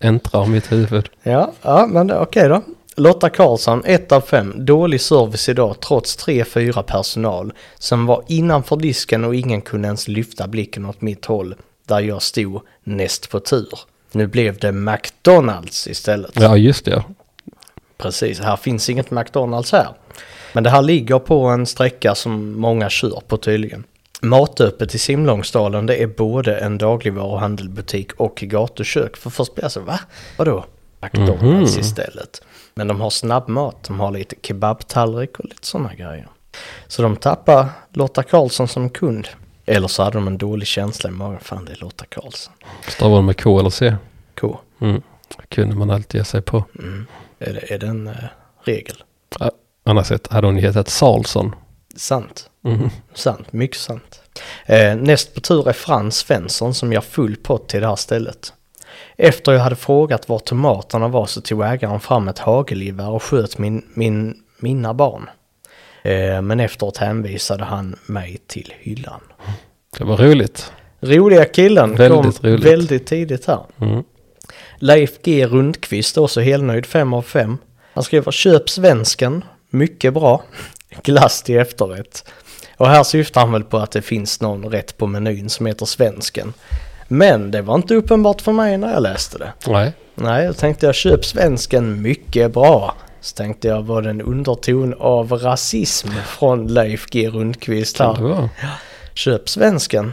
[SPEAKER 2] entrar mitt huvud.
[SPEAKER 1] Ja, ja men det- okej då. Lotta Karlsson, 1 av 5. Dålig service idag trots 3-4 personal som var innanför disken och ingen kunde ens lyfta blicken åt mitt håll där jag stod näst på tur. Nu blev det McDonalds istället.
[SPEAKER 2] Ja, just det. ja.
[SPEAKER 1] Precis, här finns inget McDonalds här. Men det här ligger på en sträcka som många kör på tydligen. Matöppet i Simlångsdalen det är både en dagligvaruhandelbutik och gatukök. För först blir jag så, va? Vadå? McDonalds istället. Men de har snabbmat, de har lite kebabtallrik och lite sådana grejer. Så de tappar Lotta Karlsson som kund. Eller så hade de en dålig känsla i magen, fan det är Lotta Karlsson.
[SPEAKER 2] Stavar de med K eller C?
[SPEAKER 1] K,
[SPEAKER 2] Mm. Det kunde man alltid ge sig på.
[SPEAKER 1] Mm. är det, är det en eh, regel?
[SPEAKER 2] Ja, Annars sett hade hon hetat Salsson.
[SPEAKER 1] Sant.
[SPEAKER 2] Mm.
[SPEAKER 1] Sant, mycket sant. Eh, näst på tur är Frans Svensson som gör full pott till det här stället. Efter jag hade frågat var tomaterna var så tog ägaren fram ett hagelgevär och sköt min, min, mina barn. Eh, men efteråt hänvisade han mig till hyllan.
[SPEAKER 2] Det var roligt.
[SPEAKER 1] Roliga killen
[SPEAKER 2] Väldigt
[SPEAKER 1] kom
[SPEAKER 2] roligt.
[SPEAKER 1] väldigt tidigt här.
[SPEAKER 2] Mm.
[SPEAKER 1] Leif G Rundqvist, också helnöjd 5 av 5. Han skriver köp svensken, mycket bra, glass till efterrätt. Och här syftar han väl på att det finns någon rätt på menyn som heter svensken. Men det var inte uppenbart för mig när jag läste det.
[SPEAKER 2] Nej,
[SPEAKER 1] Nej, jag tänkte jag köp svensken mycket bra. Så tänkte jag var det en underton av rasism från Leif G Rundqvist
[SPEAKER 2] kan det
[SPEAKER 1] här.
[SPEAKER 2] vara.
[SPEAKER 1] Köp svensken.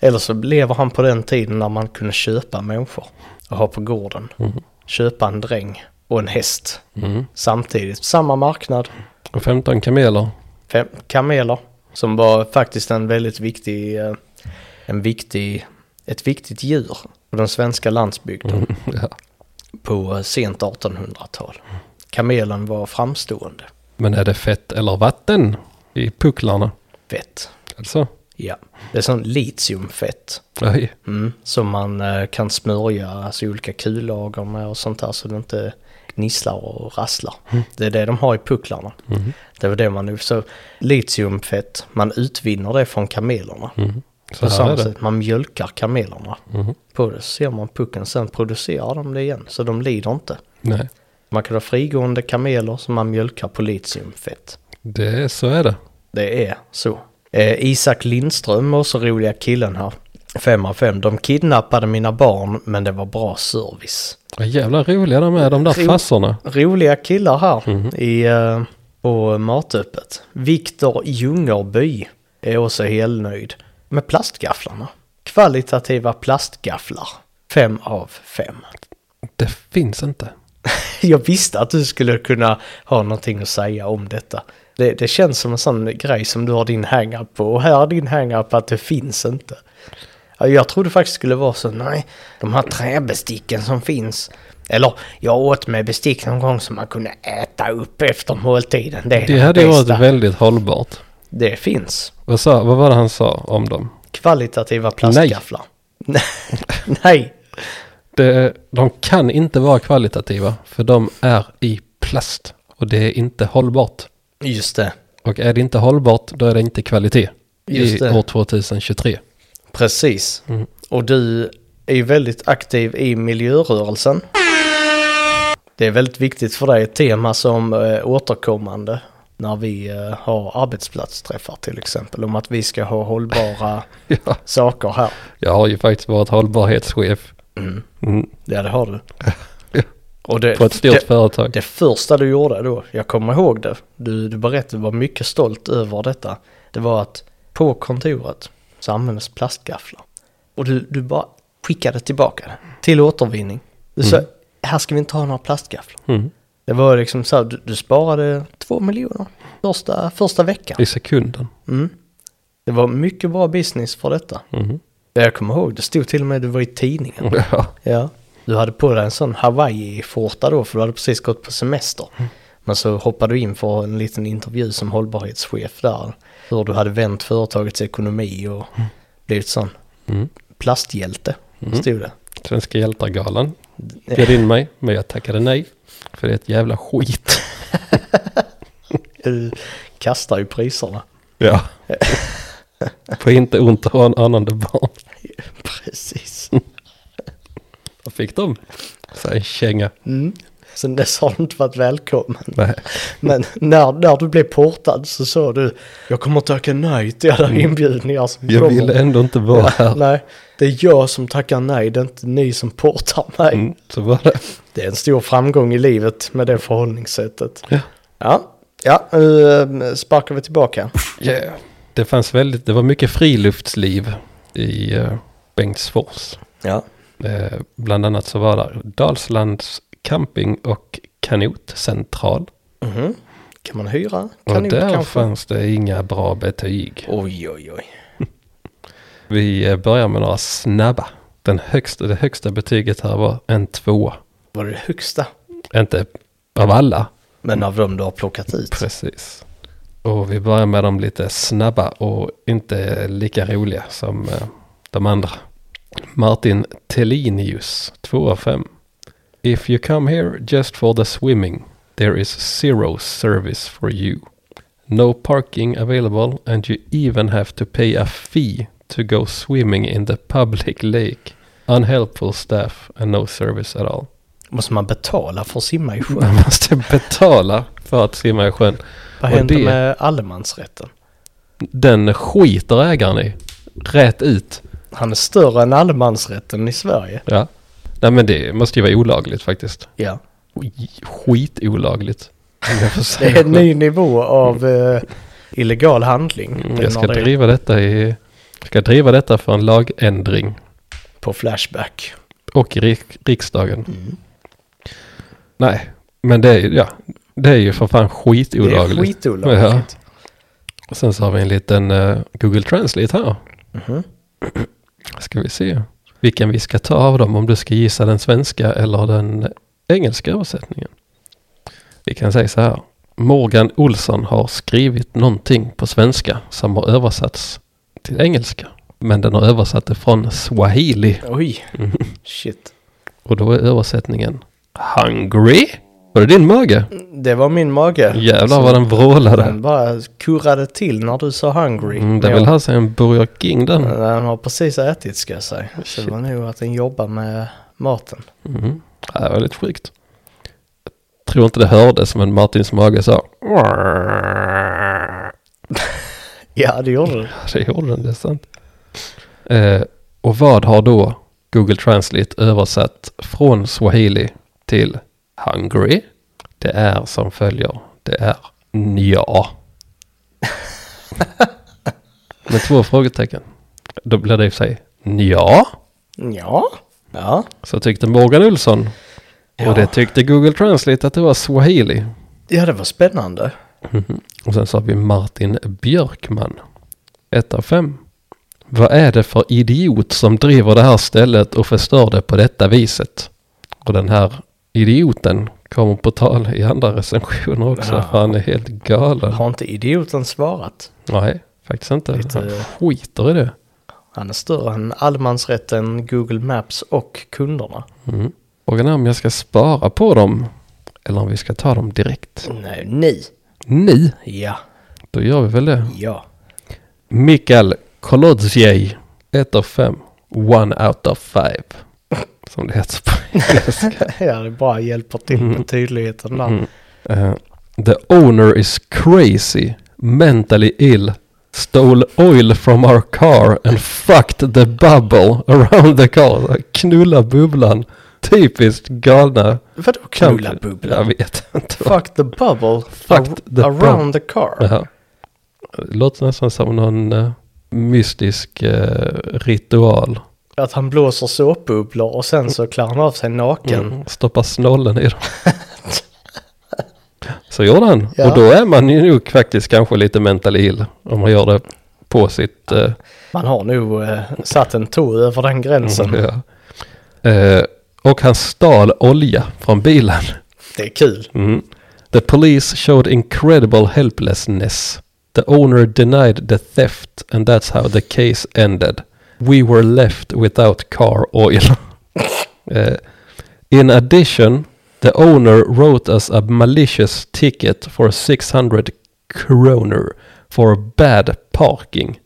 [SPEAKER 1] Eller så lever han på den tiden när man kunde köpa människor och ha på gården. Köpa en dräng och en häst.
[SPEAKER 2] Mm.
[SPEAKER 1] Samtidigt, samma marknad,
[SPEAKER 2] Och 15 kameler.
[SPEAKER 1] fem kameler. Som var faktiskt en väldigt viktig, eh, en viktig, ett viktigt djur på den svenska landsbygden
[SPEAKER 2] Ja.
[SPEAKER 1] på eh, sent 1800-tal. Kamelen var framstående.
[SPEAKER 2] Men är det fett eller vatten i pucklarna?
[SPEAKER 1] Fett.
[SPEAKER 2] Alltså,
[SPEAKER 1] Ja, det är sånt litiumfett.
[SPEAKER 2] oj.
[SPEAKER 1] Mm, som man eh, kan smörja alltså, olika kullager med och sånt där så det inte gnisslar och rasslar.
[SPEAKER 2] Mm.
[SPEAKER 1] Det är det de har i pucklarna. Det var det man nu så litiumfett, man utvinner det från kamelerna.
[SPEAKER 2] Mm.
[SPEAKER 1] Mm.
[SPEAKER 2] Så
[SPEAKER 1] På
[SPEAKER 2] här är
[SPEAKER 1] samma
[SPEAKER 2] det. Mm.
[SPEAKER 1] sätt, man mjölkar kamelerna. På det så ser man pucken, sen producerar de det igen så de lider inte.
[SPEAKER 2] Nej,
[SPEAKER 1] Man kan ha frigående kameler som man mjölkar på litiumfett.
[SPEAKER 2] det är, så är det.
[SPEAKER 1] Det är så. Eh, Isak Lindström, också roliga killen här. Fem av fem. De kidnappade mina barn men det var bra service.
[SPEAKER 2] Vad jävla roliga de är, de där
[SPEAKER 1] Ro-
[SPEAKER 2] fassorna.
[SPEAKER 1] Roliga killar här i, eh, på matöppet. Viktor Ljungerby är också helnöjd med plastgafflarna. Kvalitativa plastgafflar. Fem av fem.
[SPEAKER 2] Det finns inte.
[SPEAKER 1] Jag visste att du skulle kunna ha någonting att säga om detta. Det, det känns som en sån grej som du har din hang-up på. Och här är din hang-up att det finns inte. Ja, Jag trodde faktiskt skulle vara så, nej, de här träbesticken som finns. Eller, jag åt med bestick någon gång som man kunde äta upp efter måltiden. Det är
[SPEAKER 2] Det hade ju
[SPEAKER 1] bästa.
[SPEAKER 2] varit väldigt hållbart.
[SPEAKER 1] Det finns.
[SPEAKER 2] Vad, sa, vad var det han sa om dem?
[SPEAKER 1] Kvalitativa plastgafflar. Nej. Nej.
[SPEAKER 2] Det, de kan inte vara kvalitativa för de är i plast och det är inte hållbart.
[SPEAKER 1] Just det.
[SPEAKER 2] Och är det inte hållbart då är det inte kvalitet
[SPEAKER 1] Just
[SPEAKER 2] i
[SPEAKER 1] det.
[SPEAKER 2] år 2023.
[SPEAKER 1] Precis.
[SPEAKER 2] Mm.
[SPEAKER 1] Och du är ju väldigt aktiv i miljörörelsen. Det är väldigt viktigt för dig, ett tema som eh, återkommande när vi eh, har arbetsplatsträffar till exempel, om att vi ska ha hållbara
[SPEAKER 2] Ja,
[SPEAKER 1] saker här.
[SPEAKER 2] jag har ju faktiskt varit hållbarhetschef
[SPEAKER 1] Mm.
[SPEAKER 2] mm,
[SPEAKER 1] Ja, det har du. Och det,
[SPEAKER 2] på ett stort
[SPEAKER 1] det,
[SPEAKER 2] företag.
[SPEAKER 1] det första du gjorde då, jag kommer ihåg det, du, du berättade att du var mycket stolt över detta, det var att på kontoret så användes plastgafflar. Och du, du bara skickade tillbaka det till återvinning. Du sa, här ska vi inte ha några plastgafflar.
[SPEAKER 2] Mm,
[SPEAKER 1] Det var liksom så här, du, du sparade två miljoner första, första veckan.
[SPEAKER 2] I sekunden.
[SPEAKER 1] Mm. Det var mycket bra business för detta.
[SPEAKER 2] Mm.
[SPEAKER 1] Jag kommer ihåg, det stod till och med att du var i tidningen.
[SPEAKER 2] Ja.
[SPEAKER 1] Ja. Du hade på dig en sån Hawaii-skjorta då för du hade precis gått på semester.
[SPEAKER 2] Mm.
[SPEAKER 1] Men så hoppade du in för en liten intervju som hållbarhetschef där. Hur du hade vänt företagets ekonomi och blivit sån
[SPEAKER 2] Mm.
[SPEAKER 1] plasthjälte, stod det.
[SPEAKER 2] Svenska hjältargalan bjöd in mig, men jag tackade nej. För det är ett jävla skit.
[SPEAKER 1] Du kastar ju priserna.
[SPEAKER 2] Ja. På inte ont och en anande barn.
[SPEAKER 1] Precis.
[SPEAKER 2] Vad fick de? Så en känga.
[SPEAKER 1] Mm. Sen dess har du inte varit välkommen.
[SPEAKER 2] Nej.
[SPEAKER 1] Men när, när du blev portad så sa du, jag kommer tacka nej till alla inbjudningar som
[SPEAKER 2] Mm. Jag
[SPEAKER 1] kommer."
[SPEAKER 2] ville ändå inte vara här.
[SPEAKER 1] Nej, det är jag som tackar nej, det är inte ni som portar mig.
[SPEAKER 2] Mm, så var det.
[SPEAKER 1] Det är en stor framgång i livet med det förhållningssättet.
[SPEAKER 2] Ja.
[SPEAKER 1] Ja, ja nu eh, sparkar vi tillbaka.
[SPEAKER 2] Yeah. Det fanns väldigt, det var mycket friluftsliv i eh, Bengtsfors.
[SPEAKER 1] Ja.
[SPEAKER 2] Eh, bland annat så var där Dalslands camping och kanotcentral.
[SPEAKER 1] Mhm. Kan man hyra?
[SPEAKER 2] Och
[SPEAKER 1] Kan
[SPEAKER 2] där fanns det inga bra betyg.
[SPEAKER 1] Oj, oj, oj.
[SPEAKER 2] Vi eh, börjar med några snabba. Den högsta, det högsta betyget här var en tvåa.
[SPEAKER 1] Var det det högsta?
[SPEAKER 2] Inte av alla,
[SPEAKER 1] Men av dem du har plockat ut?
[SPEAKER 2] Precis. Och vi börjar med de lite snabba och inte lika roliga som eh, de andra. Martin Telinius, 2 av 5. If you come here just for the swimming, there is zero service for you. No parking available and you even have to pay a fee to go swimming in the public lake. Unhelpful staff and no service at all.
[SPEAKER 1] Måste man betala för att simma i sjön?
[SPEAKER 2] Man måste betala för att simma i sjön.
[SPEAKER 1] Vad
[SPEAKER 2] Och
[SPEAKER 1] händer
[SPEAKER 2] det-
[SPEAKER 1] med allemansrätten?
[SPEAKER 2] Den skiter ägaren i. Rätt ut.
[SPEAKER 1] Han är större än allemansrätten i Sverige.
[SPEAKER 2] Ja. Nej men det måste ju vara olagligt faktiskt.
[SPEAKER 1] Ja.
[SPEAKER 2] Oj, Skitolagligt. om jag får
[SPEAKER 1] Det
[SPEAKER 2] säga
[SPEAKER 1] är en ny nivå av eh, illegal handling.
[SPEAKER 2] Mm,
[SPEAKER 1] Det är
[SPEAKER 2] Jag ska
[SPEAKER 1] när det är
[SPEAKER 2] driva detta i... jag Ska driva detta för en lagändring.
[SPEAKER 1] På Flashback. Mm.
[SPEAKER 2] Och i rik, riksdagen. Nej, men det är ju... Ja, det är ju för fan skitolagligt.
[SPEAKER 1] Det är skitolagligt.
[SPEAKER 2] Sen så har vi en liten eh, Google Translate här.
[SPEAKER 1] Mhm.
[SPEAKER 2] Ska vi se vilken vi ska ta av dem, om du ska gissa den svenska eller den engelska översättningen. Vi kan säga så här. Morgan Olsson har skrivit någonting på svenska som har översatts till engelska. Men den har översatt det från swahili.
[SPEAKER 1] Oj, shit.
[SPEAKER 2] Och då är översättningen Hungry? Var det din mage?
[SPEAKER 1] Det var min mage.
[SPEAKER 2] Jävlar vad den vrålade.
[SPEAKER 1] Den bara kurrade till när du sa hungry.
[SPEAKER 2] Mm, den
[SPEAKER 1] Men
[SPEAKER 2] vill
[SPEAKER 1] jag-
[SPEAKER 2] ha sig en Burger King den.
[SPEAKER 1] Den har precis ätit ska jag säga. Så det var nog att den jobbar med maten.
[SPEAKER 2] Mm. Det här var lite sjukt. Jag tror inte det hördes men Martins mage sa.
[SPEAKER 1] Ja, det gjorde den.
[SPEAKER 2] Ja, Det gjorde den, det är sant. Eh, och vad har då Google Translate översatt från swahili till hungry? Det är som följer. Det är nja. Med två frågetecken. Då blir det i och för sig nja.
[SPEAKER 1] Ja. Ja.
[SPEAKER 2] Så tyckte Morgan Olsson.
[SPEAKER 1] Ja.
[SPEAKER 2] Och det tyckte Google Translate att det var swahili.
[SPEAKER 1] ja, det var spännande.
[SPEAKER 2] Och sen så har vi Martin Björkman. Ett av fem. Vad är det för idiot som driver det här stället och förstör det på detta viset? Och den här idioten Kommer på tal i andra recensioner också.
[SPEAKER 1] Ja.
[SPEAKER 2] För han är helt galen.
[SPEAKER 1] Har inte idioten svarat?
[SPEAKER 2] Nej, faktiskt inte.
[SPEAKER 1] Lite-
[SPEAKER 2] Han skiter i det.
[SPEAKER 1] Han är större än allemansrätten, Google Maps och kunderna.
[SPEAKER 2] Mm. Frågan är om jag ska spara på dem. Eller om vi ska ta dem direkt.
[SPEAKER 1] Nej, nej.
[SPEAKER 2] Nu,
[SPEAKER 1] Ja,
[SPEAKER 2] då gör vi väl det.
[SPEAKER 1] ja.
[SPEAKER 2] Mikael Kolodziej. 1 av 5. One out of five. Som det heter på engelska.
[SPEAKER 1] ja, det bara hjälper till med tydligheten där.
[SPEAKER 2] Mm. Eh, the owner is crazy, mentally ill, stole oil from our car and fucked the bubble around the car. Knulla bubblan. Typiskt galna.
[SPEAKER 1] Vadå knulla bubblan?
[SPEAKER 2] Jag vet inte. vad-
[SPEAKER 1] Fuck the bubble
[SPEAKER 2] Fuck the
[SPEAKER 1] around the car.
[SPEAKER 2] Jaha. Det låter nästan som någon eh, mystisk eh, ritual.
[SPEAKER 1] Att han blåser såpbubblor och sen så klär han av sig naken.
[SPEAKER 2] Mm. Stoppa snollen i dem. Så gjorde han.
[SPEAKER 1] Ja.
[SPEAKER 2] Och då är man ju nog faktiskt kanske lite mentally ill. Om man gör det på sitt... eh,
[SPEAKER 1] Man har nog eh, satt en tå över den gränsen.
[SPEAKER 2] Mm, Ja. Eh, och han stal olja från bilen.
[SPEAKER 1] Det är kul.
[SPEAKER 2] Mm. The police showed incredible helplessness. The owner denied the theft and that's how the case ended. We were left without car oil. Eh, in addition, the owner wrote us a malicious ticket for 600 kronor for bad parking.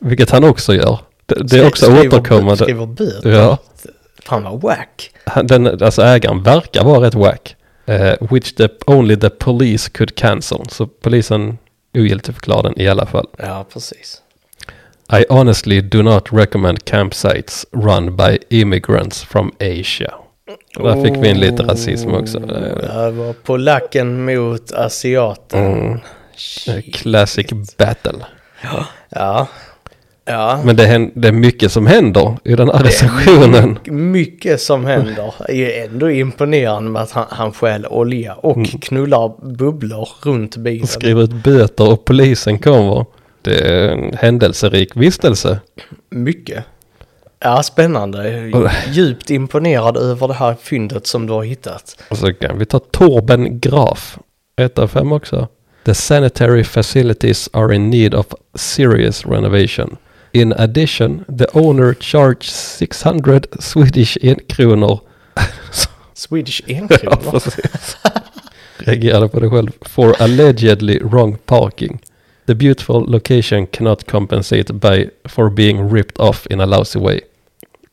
[SPEAKER 2] Vilket han också gör. Det, det är också
[SPEAKER 1] Skri- skriver-
[SPEAKER 2] återkommande.
[SPEAKER 1] Skriver böter.
[SPEAKER 2] Ja.
[SPEAKER 1] Fan vad whack.
[SPEAKER 2] Han- den, alltså ägaren verkar vara rätt wack. Eh, which the, only the police could cancel. Så polisen ogiltigförklarar den i alla fall.
[SPEAKER 1] Ja, precis.
[SPEAKER 2] I honestly do not recommend campsites run by immigrants from Asia. Och Där fick vi in lite rasism också. Eh,
[SPEAKER 1] Det var polacken mot asiaten.
[SPEAKER 2] Mm, eh,
[SPEAKER 1] Shit.
[SPEAKER 2] classic battle.
[SPEAKER 1] Ja. Ja.
[SPEAKER 2] Men det, hän- det är mycket som händer i den här recensionen.
[SPEAKER 1] Mycket som händer. Det är ju ändå imponerande med att han, han stjäl olja och
[SPEAKER 2] Mm.
[SPEAKER 1] knullar bubblor runt bilen.
[SPEAKER 2] Och skriver ut böter och polisen kommer. Det är en händelserik vistelse.
[SPEAKER 1] Mycket. Ja, spännande. Djupt imponerad över det här fyndet som du har hittat.
[SPEAKER 2] Och så kan vi ta Torben Graf. 1 av 5 också. The sanitary facilities are in need of serious renovation. In addition, the owner charged 600 Swedish enkronor.
[SPEAKER 1] Swedish
[SPEAKER 2] Ja,
[SPEAKER 1] enkronor.
[SPEAKER 2] precis. Reagerade på det själv. For allegedly wrong parking. The beautiful location cannot compensate by for being ripped off in a lousy way.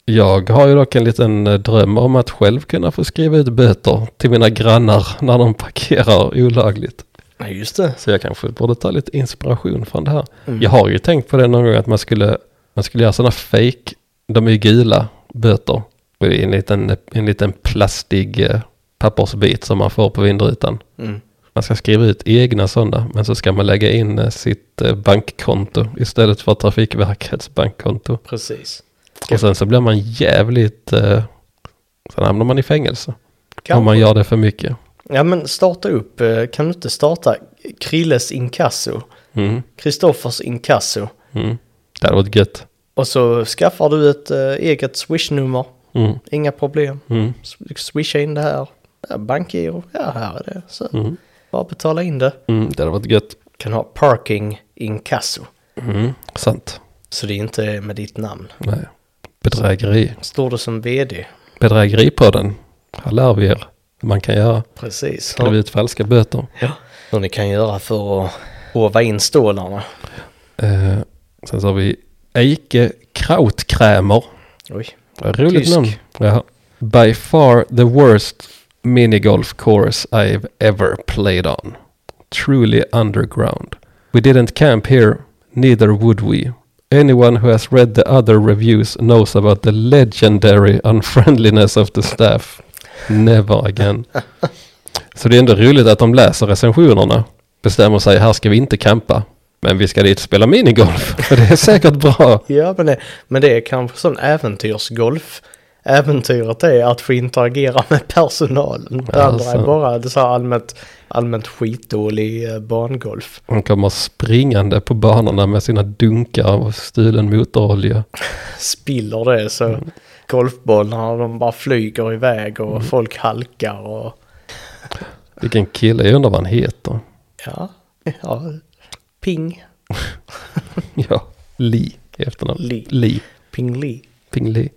[SPEAKER 2] Jag har ju dock en liten eh, dröm om att själv kunna få skriva ut böter till mina grannar när de parkerar olagligt.
[SPEAKER 1] Ja, just det.
[SPEAKER 2] Så jag kanske borde ta lite inspiration från det här. Jag har ju tänkt på det någon gång att man skulle, man skulle göra sådana fake, de är ju gula böter. Och det är en liten, en liten plastig eh, pappersbit som man får på vindrutan.
[SPEAKER 1] Mm.
[SPEAKER 2] Man ska skriva ut egna sådana, men så ska man lägga in eh, sitt eh, bankkonto istället för Trafikverkets bankkonto.
[SPEAKER 1] Precis.
[SPEAKER 2] Och sen så blir man jävligt, eh, sen hamnar man i fängelse. Om
[SPEAKER 1] Kanske.
[SPEAKER 2] man gör det för mycket.
[SPEAKER 1] Ja, men starta upp. eh, Kan du inte starta Krilles inkasso?
[SPEAKER 2] Mm.
[SPEAKER 1] Kristoffers inkasso.
[SPEAKER 2] Mm. Det hade varit gött.
[SPEAKER 1] Och så skaffar du ett eh, eget swishnummer.
[SPEAKER 2] Mm.
[SPEAKER 1] Inga problem.
[SPEAKER 2] Mm.
[SPEAKER 1] S- Swisha in det här. Ja, Bankgiro. Ja, här är det. Så
[SPEAKER 2] Mm.
[SPEAKER 1] bara betala in det.
[SPEAKER 2] Mm. Det hade varit gött.
[SPEAKER 1] Kan ha parking inkasso.
[SPEAKER 2] Mm. Sant.
[SPEAKER 1] Så det är inte med ditt namn.
[SPEAKER 2] Nej. Bedrägeri.
[SPEAKER 1] Står du som vd?
[SPEAKER 2] Bedrägeripodden. Här lär vi er hur man kan göra.
[SPEAKER 1] Precis.
[SPEAKER 2] Skriva ut falska böter.
[SPEAKER 1] Ja. Hur ni kan göra för att hova in stålarna.
[SPEAKER 2] Eh, sen så har vi Eike Krautkrämer.
[SPEAKER 1] Oj.
[SPEAKER 2] Roligt
[SPEAKER 1] Tysk.
[SPEAKER 2] namn. Ja. By far the worst minigolf course I've ever played on. Truly underground. We didn't camp here, neither would we. Anyone who has read the other reviews knows about the legendary unfriendliness of the staff. Never again. Så det är ändå roligt att de läser recensionerna. Bestämmer sig, här ska vi inte campa. Men vi ska dit och spela minigolf. För det är säkert bra.
[SPEAKER 1] Ja, men det, men det är kanske sån äventyrsgolf. Äventyret är att få interagera med personalen. Det
[SPEAKER 2] Ja,
[SPEAKER 1] andra är
[SPEAKER 2] så.
[SPEAKER 1] bara det så här allmänt, allmänt skitdålig eh, bangolf.
[SPEAKER 2] De kommer springande på banorna med sina dunkar av stulen motorolja.
[SPEAKER 1] Spiller det så Mm. golfbollarna de bara flyger iväg och folk halkar och
[SPEAKER 2] Vilken kille, jag undrar vad han heter.
[SPEAKER 1] Ja, ja. Ping.
[SPEAKER 2] Ja, Li i efternamn.
[SPEAKER 1] Li.
[SPEAKER 2] Li.
[SPEAKER 1] Ping Lee.
[SPEAKER 2] Ping Li.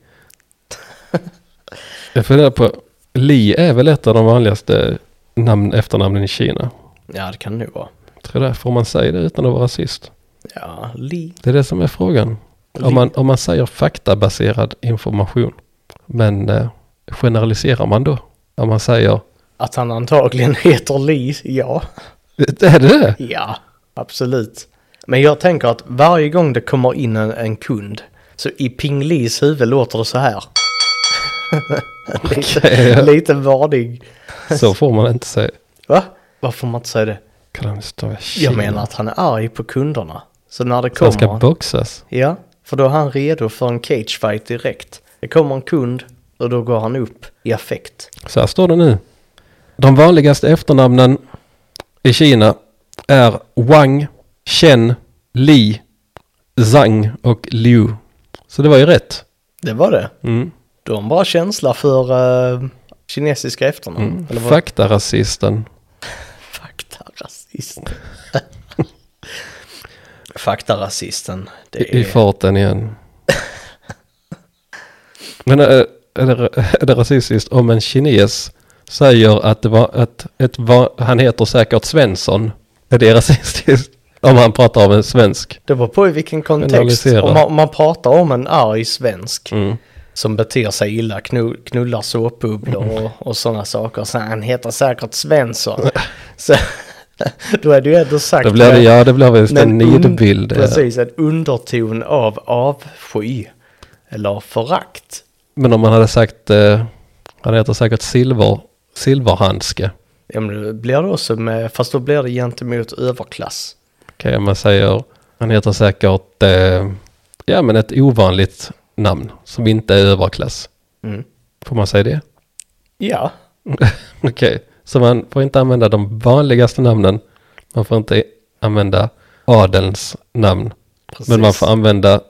[SPEAKER 2] Jag funderar på, Li är väl ett av de vanligaste namn, efternamnen i Kina.
[SPEAKER 1] Ja, det kan det nog vara.
[SPEAKER 2] Jag tror därför man säger det utan att vara rasist.
[SPEAKER 1] Ja, Lee.
[SPEAKER 2] Det är det som är frågan. Om man, om man säger faktabaserad information, men eh, generaliserar man då? Om man säger,
[SPEAKER 1] Att han antagligen heter Lee, ja.
[SPEAKER 2] är det det?
[SPEAKER 1] Ja, absolut. Men jag tänker att varje gång det kommer in en, en kund så i Ping Lees huvud låter det så här. lite,
[SPEAKER 2] Okej.
[SPEAKER 1] lite varning.
[SPEAKER 2] Så får man inte säga.
[SPEAKER 1] Va? Varför får man inte säga det?
[SPEAKER 2] Kan han stava Kina?
[SPEAKER 1] Jag menar att han är arg på kunderna. Så när det
[SPEAKER 2] Så han ska
[SPEAKER 1] kommer...
[SPEAKER 2] boxas.
[SPEAKER 1] Ja, för då är han redo för en cagefight direkt. Det kommer en kund och då går han upp i affekt.
[SPEAKER 2] Så här står det nu. De vanligaste efternamnen i Kina är Wang, Chen, Li, Zhang och Liu. Så det var ju rätt.
[SPEAKER 1] Det var det.
[SPEAKER 2] Mm.
[SPEAKER 1] De har bara känsla för eh, kinesiska efternamn.
[SPEAKER 2] Mm.
[SPEAKER 1] Eller vad?
[SPEAKER 2] Faktarasisten.
[SPEAKER 1] Faktarasist. Faktarasisten. Det
[SPEAKER 2] I, I
[SPEAKER 1] är...
[SPEAKER 2] farten igen. Men är, är, det, är det rasistiskt om en kines säger att, det var, att ett, va- han heter säkert Svensson? Är det rasistiskt? Om han pratar om en svensk?
[SPEAKER 1] Det beror på i vilken kontext.
[SPEAKER 2] Generalisera.
[SPEAKER 1] Om man, om man pratar om en arg svensk
[SPEAKER 2] Mm.
[SPEAKER 1] som beter sig illa, knu, knullar såpbubblor
[SPEAKER 2] Mm.
[SPEAKER 1] och, och sådana saker. Så han heter säkert Svensson. så, då är det ju ändå sagt
[SPEAKER 2] Det blir, det-
[SPEAKER 1] med-
[SPEAKER 2] ja, det blir visst en
[SPEAKER 1] un-
[SPEAKER 2] nidbild. eh.
[SPEAKER 1] Precis, en underton av avsky. Eller förakt.
[SPEAKER 2] Men om man hade sagt, eh, han heter säkert silver, silverhandske.
[SPEAKER 1] Ja, men det blir det också med, fast då blir det gentemot överklass.
[SPEAKER 2] Okej, om man säger, han heter säkert, eh, ja men ett ovanligt namn som inte är överklass.
[SPEAKER 1] Mm.
[SPEAKER 2] Får man säga det?
[SPEAKER 1] Ja,
[SPEAKER 2] Okej, så man får inte använda de vanligaste namnen. Man får inte använda adelns namn.
[SPEAKER 1] precis.
[SPEAKER 2] Men man får använda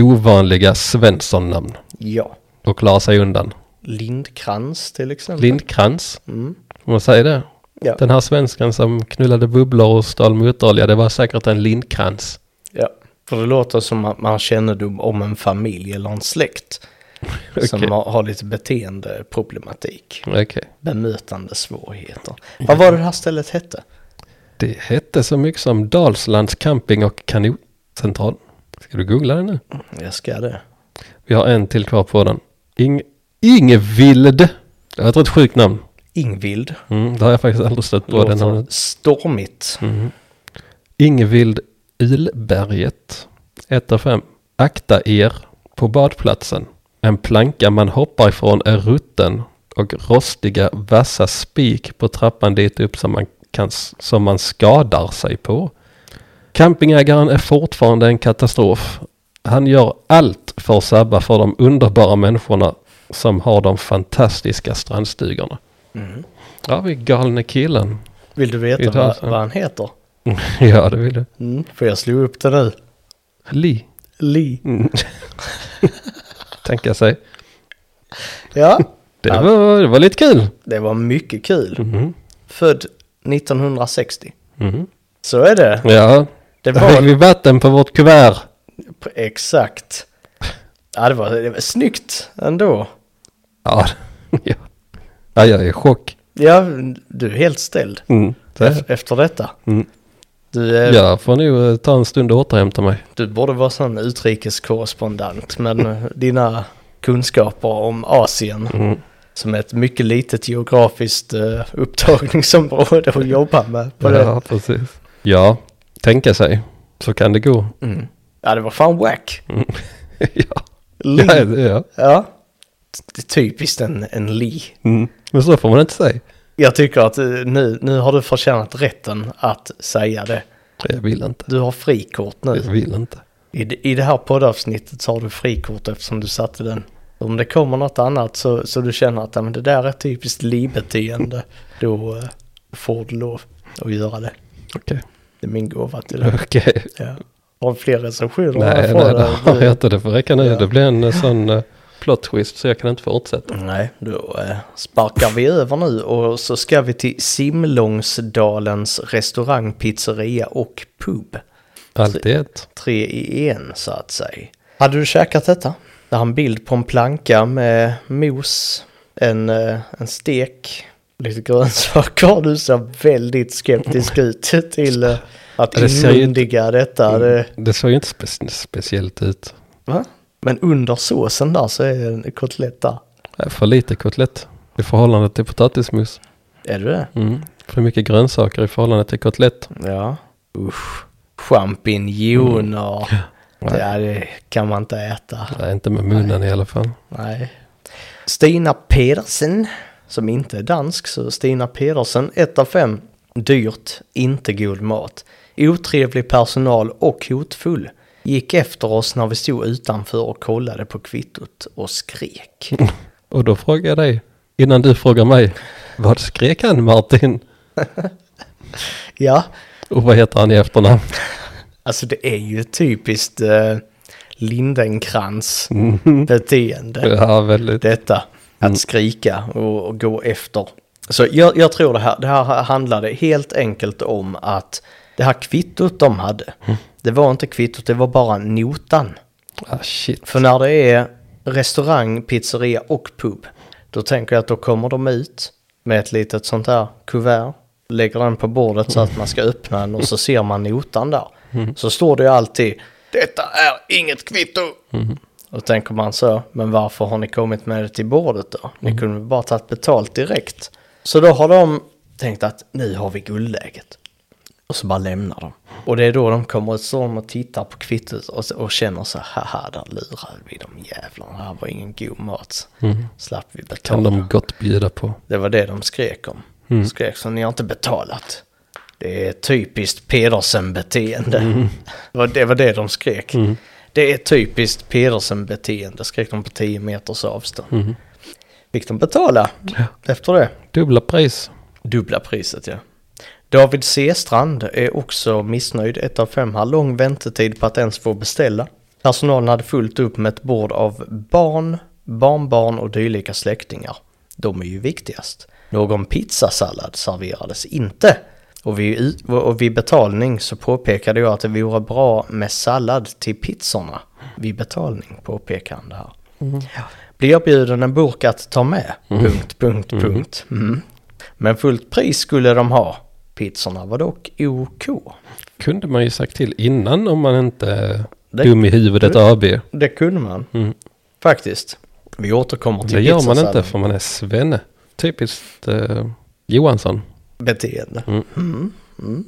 [SPEAKER 2] ovanliga Svensson-namn
[SPEAKER 1] Ja,
[SPEAKER 2] och klara sig undan.
[SPEAKER 1] Lindkrans till exempel.
[SPEAKER 2] Lindkrans,
[SPEAKER 1] Mm.
[SPEAKER 2] om man säger det.
[SPEAKER 1] Ja.
[SPEAKER 2] Den här svensken som knullade bubblor och stal motorolja, det var säkert en lindkrans.
[SPEAKER 1] ja, för det låter som att man har kännedom om en familj eller en släkt.
[SPEAKER 2] Okej. Mm.
[SPEAKER 1] Som har, har lite beteendeproblematik,
[SPEAKER 2] Okej.
[SPEAKER 1] bemötande svårigheter. Vad var det här stället hette?
[SPEAKER 2] Det hette så mycket som Dalslands camping och kanotcentral. Ska du googla det nu?
[SPEAKER 1] Jag ska det.
[SPEAKER 2] Vi har en till kvar på den. Ing Ingvild. Det var ett rätt sjukt namn.
[SPEAKER 1] Ingvild.
[SPEAKER 2] Mm, det har jag faktiskt aldrig stött på. Den
[SPEAKER 1] Låter
[SPEAKER 2] namnet.
[SPEAKER 1] stormigt.
[SPEAKER 2] Ingvild Ylberget. 1 av 5. Akta er på badplatsen. En planka man hoppar ifrån är rutten och rostiga vassa spik på trappan dit upp som man, kan, som man skadar sig på. Campingägaren är fortfarande en katastrof. Han gör allt för att sabba för de underbara människorna som har de fantastiska strandstugorna. Ja, vi är galne killen.
[SPEAKER 1] Vill du veta
[SPEAKER 2] Idag,
[SPEAKER 1] vad,
[SPEAKER 2] så.
[SPEAKER 1] vad han heter?
[SPEAKER 2] ja, det vill du.
[SPEAKER 1] Mm, för jag slog upp det nu.
[SPEAKER 2] Li.
[SPEAKER 1] Li.
[SPEAKER 2] Mm. tänka sig.
[SPEAKER 1] Ja,
[SPEAKER 2] Det,
[SPEAKER 1] Ja.
[SPEAKER 2] var, det var lite kul.
[SPEAKER 1] det var mycket kul.
[SPEAKER 2] Mhm.
[SPEAKER 1] Född 1960.
[SPEAKER 2] Mhm.
[SPEAKER 1] Så är det.
[SPEAKER 2] Ja,
[SPEAKER 1] Det
[SPEAKER 2] då fick
[SPEAKER 1] var
[SPEAKER 2] vi vatten på vårt kuvert.
[SPEAKER 1] exakt. Ja, det var, det var snyggt ändå.
[SPEAKER 2] Ja, ja. ja jag är i chock.
[SPEAKER 1] Ja, du är helt ställd
[SPEAKER 2] Mm. Så här.
[SPEAKER 1] ef- efter detta.
[SPEAKER 2] Mm.
[SPEAKER 1] Du, eh,
[SPEAKER 2] Jag får nog eh, ta en stund och återhämta mig.
[SPEAKER 1] du borde vara sån utrikeskorrespondent, men eh, dina kunskaper om Asien,
[SPEAKER 2] Mm.
[SPEAKER 1] som är ett mycket litet geografiskt eh, upptagningsområde att jobba med. På det.
[SPEAKER 2] Ja, precis. Ja, tänka sig. Så kan det gå. Mm.
[SPEAKER 1] Mm. ja, det var fan wack.
[SPEAKER 2] ja.
[SPEAKER 1] Li.
[SPEAKER 2] Ja, det- ja.
[SPEAKER 1] Ja, det är typiskt en, en Li.
[SPEAKER 2] Mm. Men så får man inte säga.
[SPEAKER 1] Jag tycker att eh, nu, nu har du förtjänat rätten att säga det.
[SPEAKER 2] Jag vill inte.
[SPEAKER 1] Du har frikort
[SPEAKER 2] Jag
[SPEAKER 1] nu.
[SPEAKER 2] vill inte.
[SPEAKER 1] I, d- I det här poddavsnittet så har du frikort eftersom du satte den. Om det kommer något annat så, så du känner att "Ja, men det där är typiskt Li-beteende, då eh, får du lov att göra det.
[SPEAKER 2] Okej.
[SPEAKER 1] Det är min gåva till dig.
[SPEAKER 2] Okej.
[SPEAKER 1] Ja. Har du fler recensioner?
[SPEAKER 2] Nej,
[SPEAKER 1] Jag
[SPEAKER 2] nej,
[SPEAKER 1] får
[SPEAKER 2] det
[SPEAKER 1] det. eh,
[SPEAKER 2] har jag inte. Det får räcka nu.
[SPEAKER 1] Ja.
[SPEAKER 2] Det blir en eh, sån eh, plot twist så jag kan inte fortsätta.
[SPEAKER 1] Nej, då eh, sparkar vi över nu och så ska vi till Simlångsdalens restaurang, pizzeria och pub.
[SPEAKER 2] Allt i ett.
[SPEAKER 1] Tre i en så att säga. Hade du käkat detta? Jag har en bild på en planka med mos, en, eh, en stek, lite grönsaker. Du ser väldigt skeptisk ut till eh, att
[SPEAKER 2] Det ser ju inte-
[SPEAKER 1] inmundiga detta. Det,
[SPEAKER 2] Mm. Det såg ju inte spe- speciellt ut.
[SPEAKER 1] va? Men under såsen där så är en kotlett där.
[SPEAKER 2] Det är För lite kotlett i förhållande till potatismos.
[SPEAKER 1] Är det det?
[SPEAKER 2] Mm. För mycket grönsaker i förhållande till kotlett.
[SPEAKER 1] Ja. Usch. Champinjoner. Det, här, det kan man inte äta.
[SPEAKER 2] Nej, inte med munnen i alla fall.
[SPEAKER 1] Nej. Stina Pedersen, som inte är dansk, så Stina Pedersen, 1 av 5. Dyrt, inte god mat. Otrevlig personal och hotfull. Gick efter oss när vi stod utanför och kollade på kvittot och skrek.
[SPEAKER 2] Och då frågar jag dig, innan du frågar mig, vad skrek han Martin?
[SPEAKER 1] Ja,
[SPEAKER 2] Och vad heter han i efternamn?
[SPEAKER 1] alltså det är ju typiskt eh, Lindenkrans beteende.
[SPEAKER 2] Ja, väldigt.
[SPEAKER 1] detta. Att skrika och, och gå efter. Så jag, jag tror det här, det här handlade helt enkelt om att det här kvittot de hade, det var inte kvittot, det var bara notan.
[SPEAKER 2] Ah, shit.
[SPEAKER 1] För när det är restaurang, pizzeria och pub, då tänker jag att då kommer de ut med ett litet sånt här kuvert, lägger den på bordet så att man ska öppna den och så ser man notan där. Så står det ju alltid, detta är inget kvitto. Och då tänker man så, men varför har ni kommit med det till bordet då? Ni kunde väl bara tagit betalt direkt. Så då har de tänkt att nu har vi guldläget. Och så bara lämnar de. Och det är då de kommer ut, står de och tittar på kvittot och, och känner så här, haha, där lurade vi de jävlarna, det här var ingen god mat. Slapp vi
[SPEAKER 2] Kan
[SPEAKER 1] betala.
[SPEAKER 2] de gott bjuda på.
[SPEAKER 1] Det var det de skrek om. Skrek så ni har inte betalat. Det är typiskt Pedersen-beteende. Det, var, det var det de skrek. Det är typiskt Pedersen-beteende, skrek de på 10 meters avstånd. Fick de betala efter det?
[SPEAKER 2] Dubbla pris.
[SPEAKER 1] Dubbla priset ja. David C. Strand är också missnöjd. Ett av fem har lång väntetid på att ens få beställa. Personalen hade fullt upp med ett bord av barn, barnbarn och dylika släktingar. De är ju viktigast. Någon pizzasallad serverades inte. Och vid, och vid betalning så påpekade jag att det vore bra med sallad till pizzorna. Vid betalning påpekade han det här. Ja. Blir jag bjuden en burk att ta med? Punkt, punkt, punkt. Mm. Men fullt pris skulle de ha. Pizzorna var dock OK.
[SPEAKER 2] Kunde man ju sagt till innan om man inte är
[SPEAKER 1] Det-
[SPEAKER 2] dum i huvudet AB.
[SPEAKER 1] Det kunde man. Faktiskt. Vi återkommer till
[SPEAKER 2] Mm. Det gör man inte
[SPEAKER 1] pizzasalladen.
[SPEAKER 2] för man är svenne. Typiskt eh, Johansson.
[SPEAKER 1] beteende. Mm. Mm.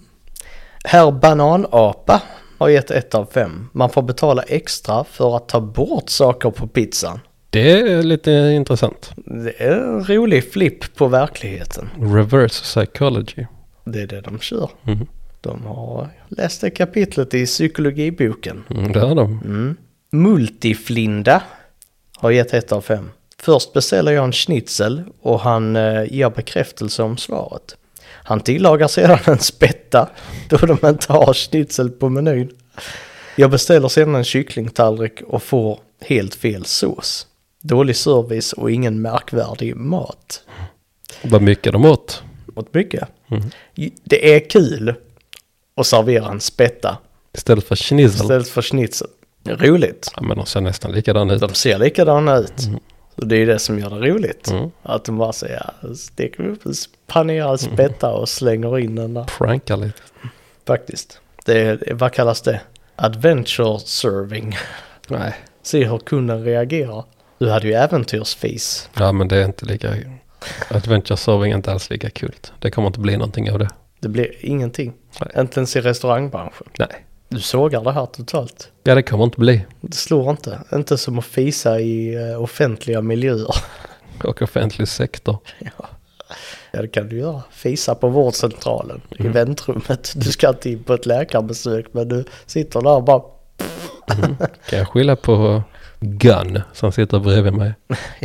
[SPEAKER 1] Herr Bananapa har gett ett av fem. Man får betala extra för att ta bort saker på pizzan.
[SPEAKER 2] Det är lite intressant.
[SPEAKER 1] Det är en rolig flipp på verkligheten.
[SPEAKER 2] Reverse psychology.
[SPEAKER 1] Det är det de kör.
[SPEAKER 2] Mm.
[SPEAKER 1] De har läst det kapitlet i psykologiboken.
[SPEAKER 2] Mm, det är de.
[SPEAKER 1] Mm. Multiflinda har gett ett av fem. Först beställer jag en schnitzel och han eh, ger bekräftelse om svaret. Han tillagar sedan en spätta då de inte har schnitzel på menyn. Jag beställer sedan en kycklingtallrik och får helt fel sås. Dålig service och ingen märkvärdig mat.
[SPEAKER 2] Vad mycket de åt.
[SPEAKER 1] Åt mycket. Det är kul att servera en spätta
[SPEAKER 2] Istället för schnitzel.
[SPEAKER 1] istället för schnitzel. Roligt.
[SPEAKER 2] Ja, men de ser nästan likadana ut.
[SPEAKER 1] De ser likadana ut. Så det är det som gör det roligt.
[SPEAKER 2] Mm.
[SPEAKER 1] Att de bara säger, ja, steker upp en panerad spätta och slänger in den där.
[SPEAKER 2] Prankar lite.
[SPEAKER 1] Faktiskt. Det är, vad kallas det? Adventure serving.
[SPEAKER 2] Nej.
[SPEAKER 1] Se hur kunden reagerar. Du hade ju äventyrsfis.
[SPEAKER 2] Ja men det är inte lika... Adventure serving är inte alls lika kul. Det kommer inte bli någonting av det.
[SPEAKER 1] Det blir ingenting.
[SPEAKER 2] Nej.
[SPEAKER 1] Inte ens i restaurangbranschen.
[SPEAKER 2] Nej.
[SPEAKER 1] Du sågar det här totalt.
[SPEAKER 2] Ja det kommer inte bli.
[SPEAKER 1] Det slår inte. Inte som att fisa i eh, offentliga miljöer.
[SPEAKER 2] Och offentlig sektor.
[SPEAKER 1] Ja. ja, det kan du göra. Fisa på vårdcentralen i väntrummet. Du ska inte in på ett läkarbesök men du sitter där och bara...
[SPEAKER 2] Kan jag skylla på Gun som sitter bredvid mig?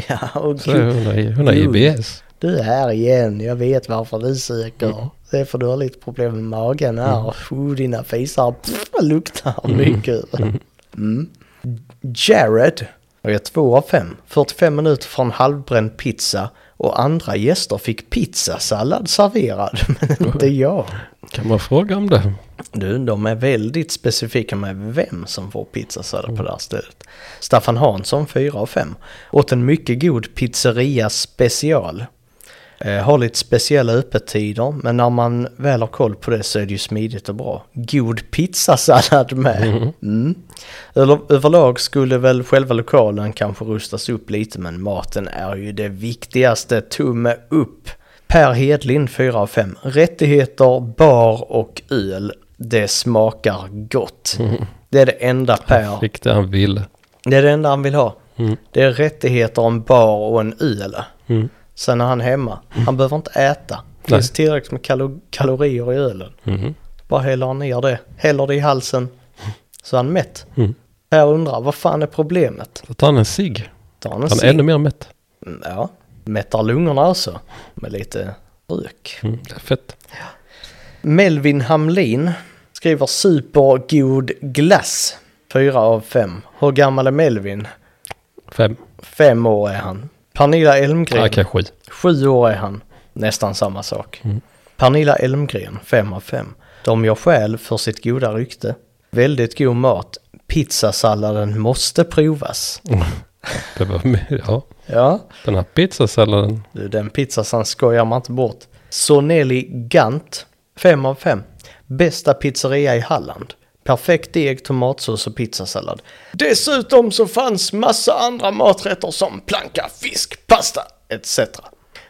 [SPEAKER 1] Ja, och
[SPEAKER 2] Så hon har, hon har
[SPEAKER 1] Gud.
[SPEAKER 2] IBS.
[SPEAKER 1] du är här igen. Jag vet varför du söker. Det är för du har lite problem med magen här. Oh, dina fisar pff, luktar mycket. Mm. Jared Jag är två av fem. 45 minuter från halvbränd pizza och andra gäster fick pizzasallad serverad, men inte jag.
[SPEAKER 2] Kan man fråga om det?
[SPEAKER 1] Du, de är väldigt specifika med vem som får pizzasallad på det här stället. Staffan Hansson, 4 av 5, åt en mycket god pizzeria special. Eh, har lite speciella öppettider, men när man väl har koll på det så är det ju smidigt och bra. God pizzasallad med! Mm. Över, överlag skulle väl själva lokalen kanske rustas upp lite, men maten är ju det viktigaste. Tumme upp! Per Hedlind 4 av 5. Rättigheter, bar och öl. Det smakar gott. Det är det enda Per
[SPEAKER 2] Fick det han ville.
[SPEAKER 1] det är det enda han vill ha.
[SPEAKER 2] Mm.
[SPEAKER 1] Det är rättigheter, en bar och en öl. Sen är han hemma. Han behöver inte äta. Det finns tillräckligt med kalo- kalorier i ölen.
[SPEAKER 2] Mhm.
[SPEAKER 1] Bara häller han ner det. Häller det i halsen. Så är han mätt.
[SPEAKER 2] Mm.
[SPEAKER 1] Per undrar, vad fan är problemet?
[SPEAKER 2] Så tar han en cigg.
[SPEAKER 1] Tar han en
[SPEAKER 2] Han är
[SPEAKER 1] cigg?
[SPEAKER 2] ännu mer mätt.
[SPEAKER 1] Ja. Mättar lungorna alltså. Med lite rök.
[SPEAKER 2] Mm. Det är fett.
[SPEAKER 1] Melvin Hamlin skriver supergod glass. fyra av fem. Hur gammal är Melvin?
[SPEAKER 2] Fem.
[SPEAKER 1] Fem år är han. Pernilla Elmgren.
[SPEAKER 2] Ja, kanske sju.
[SPEAKER 1] Sju år är han. Nästan samma sak. Pernilla Elmgren, fem av fem. De gör skäl för sitt goda rykte. Väldigt god mat. Pizzasalladen måste provas.
[SPEAKER 2] Det var mer. Ja.
[SPEAKER 1] Ja,
[SPEAKER 2] Den här pizzasalladen.
[SPEAKER 1] Du, den pizzasan skojar man inte bort. Soneli Gant, 5 av 5. Bästa pizzeria i Halland. Perfekt deg, tomatsås och pizzasallad. Dessutom så fanns massa andra maträtter som planka, fisk, pasta etc.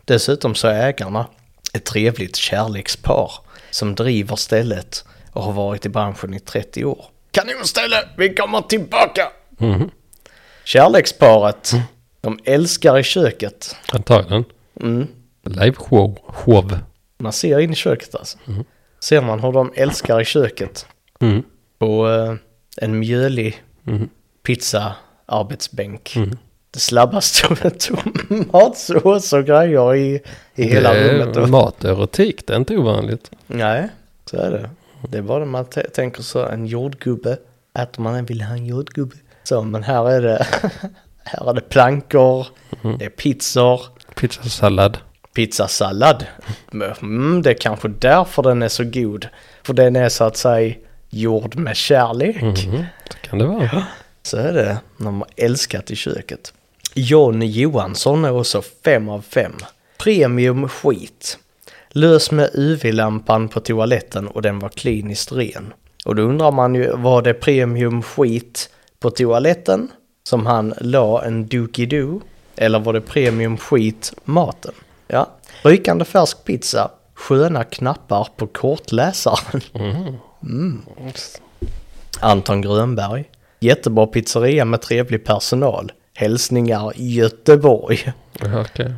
[SPEAKER 1] Dessutom så är ägarna ett trevligt kärlekspar som driver stället och har varit i branschen i 30 år. Kanonställe, vi kommer tillbaka! Kärleksparet, de älskar i köket.
[SPEAKER 2] Antagligen.
[SPEAKER 1] Mm.
[SPEAKER 2] Liveshow. Show.
[SPEAKER 1] Man ser in i köket alltså.
[SPEAKER 2] Mhm.
[SPEAKER 1] Ser man hur de älskar i köket
[SPEAKER 2] Mm.
[SPEAKER 1] på eh, en mjölig
[SPEAKER 2] Mhm.
[SPEAKER 1] pizzaarbetsbänk. Det slabbas tom- tomatsås och grejer i, i hela
[SPEAKER 2] det
[SPEAKER 1] rummet.
[SPEAKER 2] är
[SPEAKER 1] Och,
[SPEAKER 2] mat och erotik. Det är inte ovanligt.
[SPEAKER 1] nej, så är det. Det är bara när man t- tänker så, en jordgubbe. Att man vill ha en jordgubbe. Så, men här är det, här är det plankor,
[SPEAKER 2] Mhm.
[SPEAKER 1] det är pizzor,
[SPEAKER 2] Pizzasallad.
[SPEAKER 1] pizzasallad. Mm, det är kanske därför den är så god. För den är så att säga gjord med kärlek.
[SPEAKER 2] Mm. Så kan det vara.
[SPEAKER 1] Så är det när man älskat i köket. John Johansson är också fem av fem. Premium skit. Lös med UV-lampan på toaletten och den var kliniskt ren. Och då undrar man ju, var det premium skit på toaletten som han la en dookie-doo? Eller var det premium skit maten? Ja. Rykande färsk pizza, sköna knappar på kortläsaren. Anton Grönberg. Jättebra pizzeria med trevlig personal. Hälsningar Göteborg.
[SPEAKER 2] Ja, okej.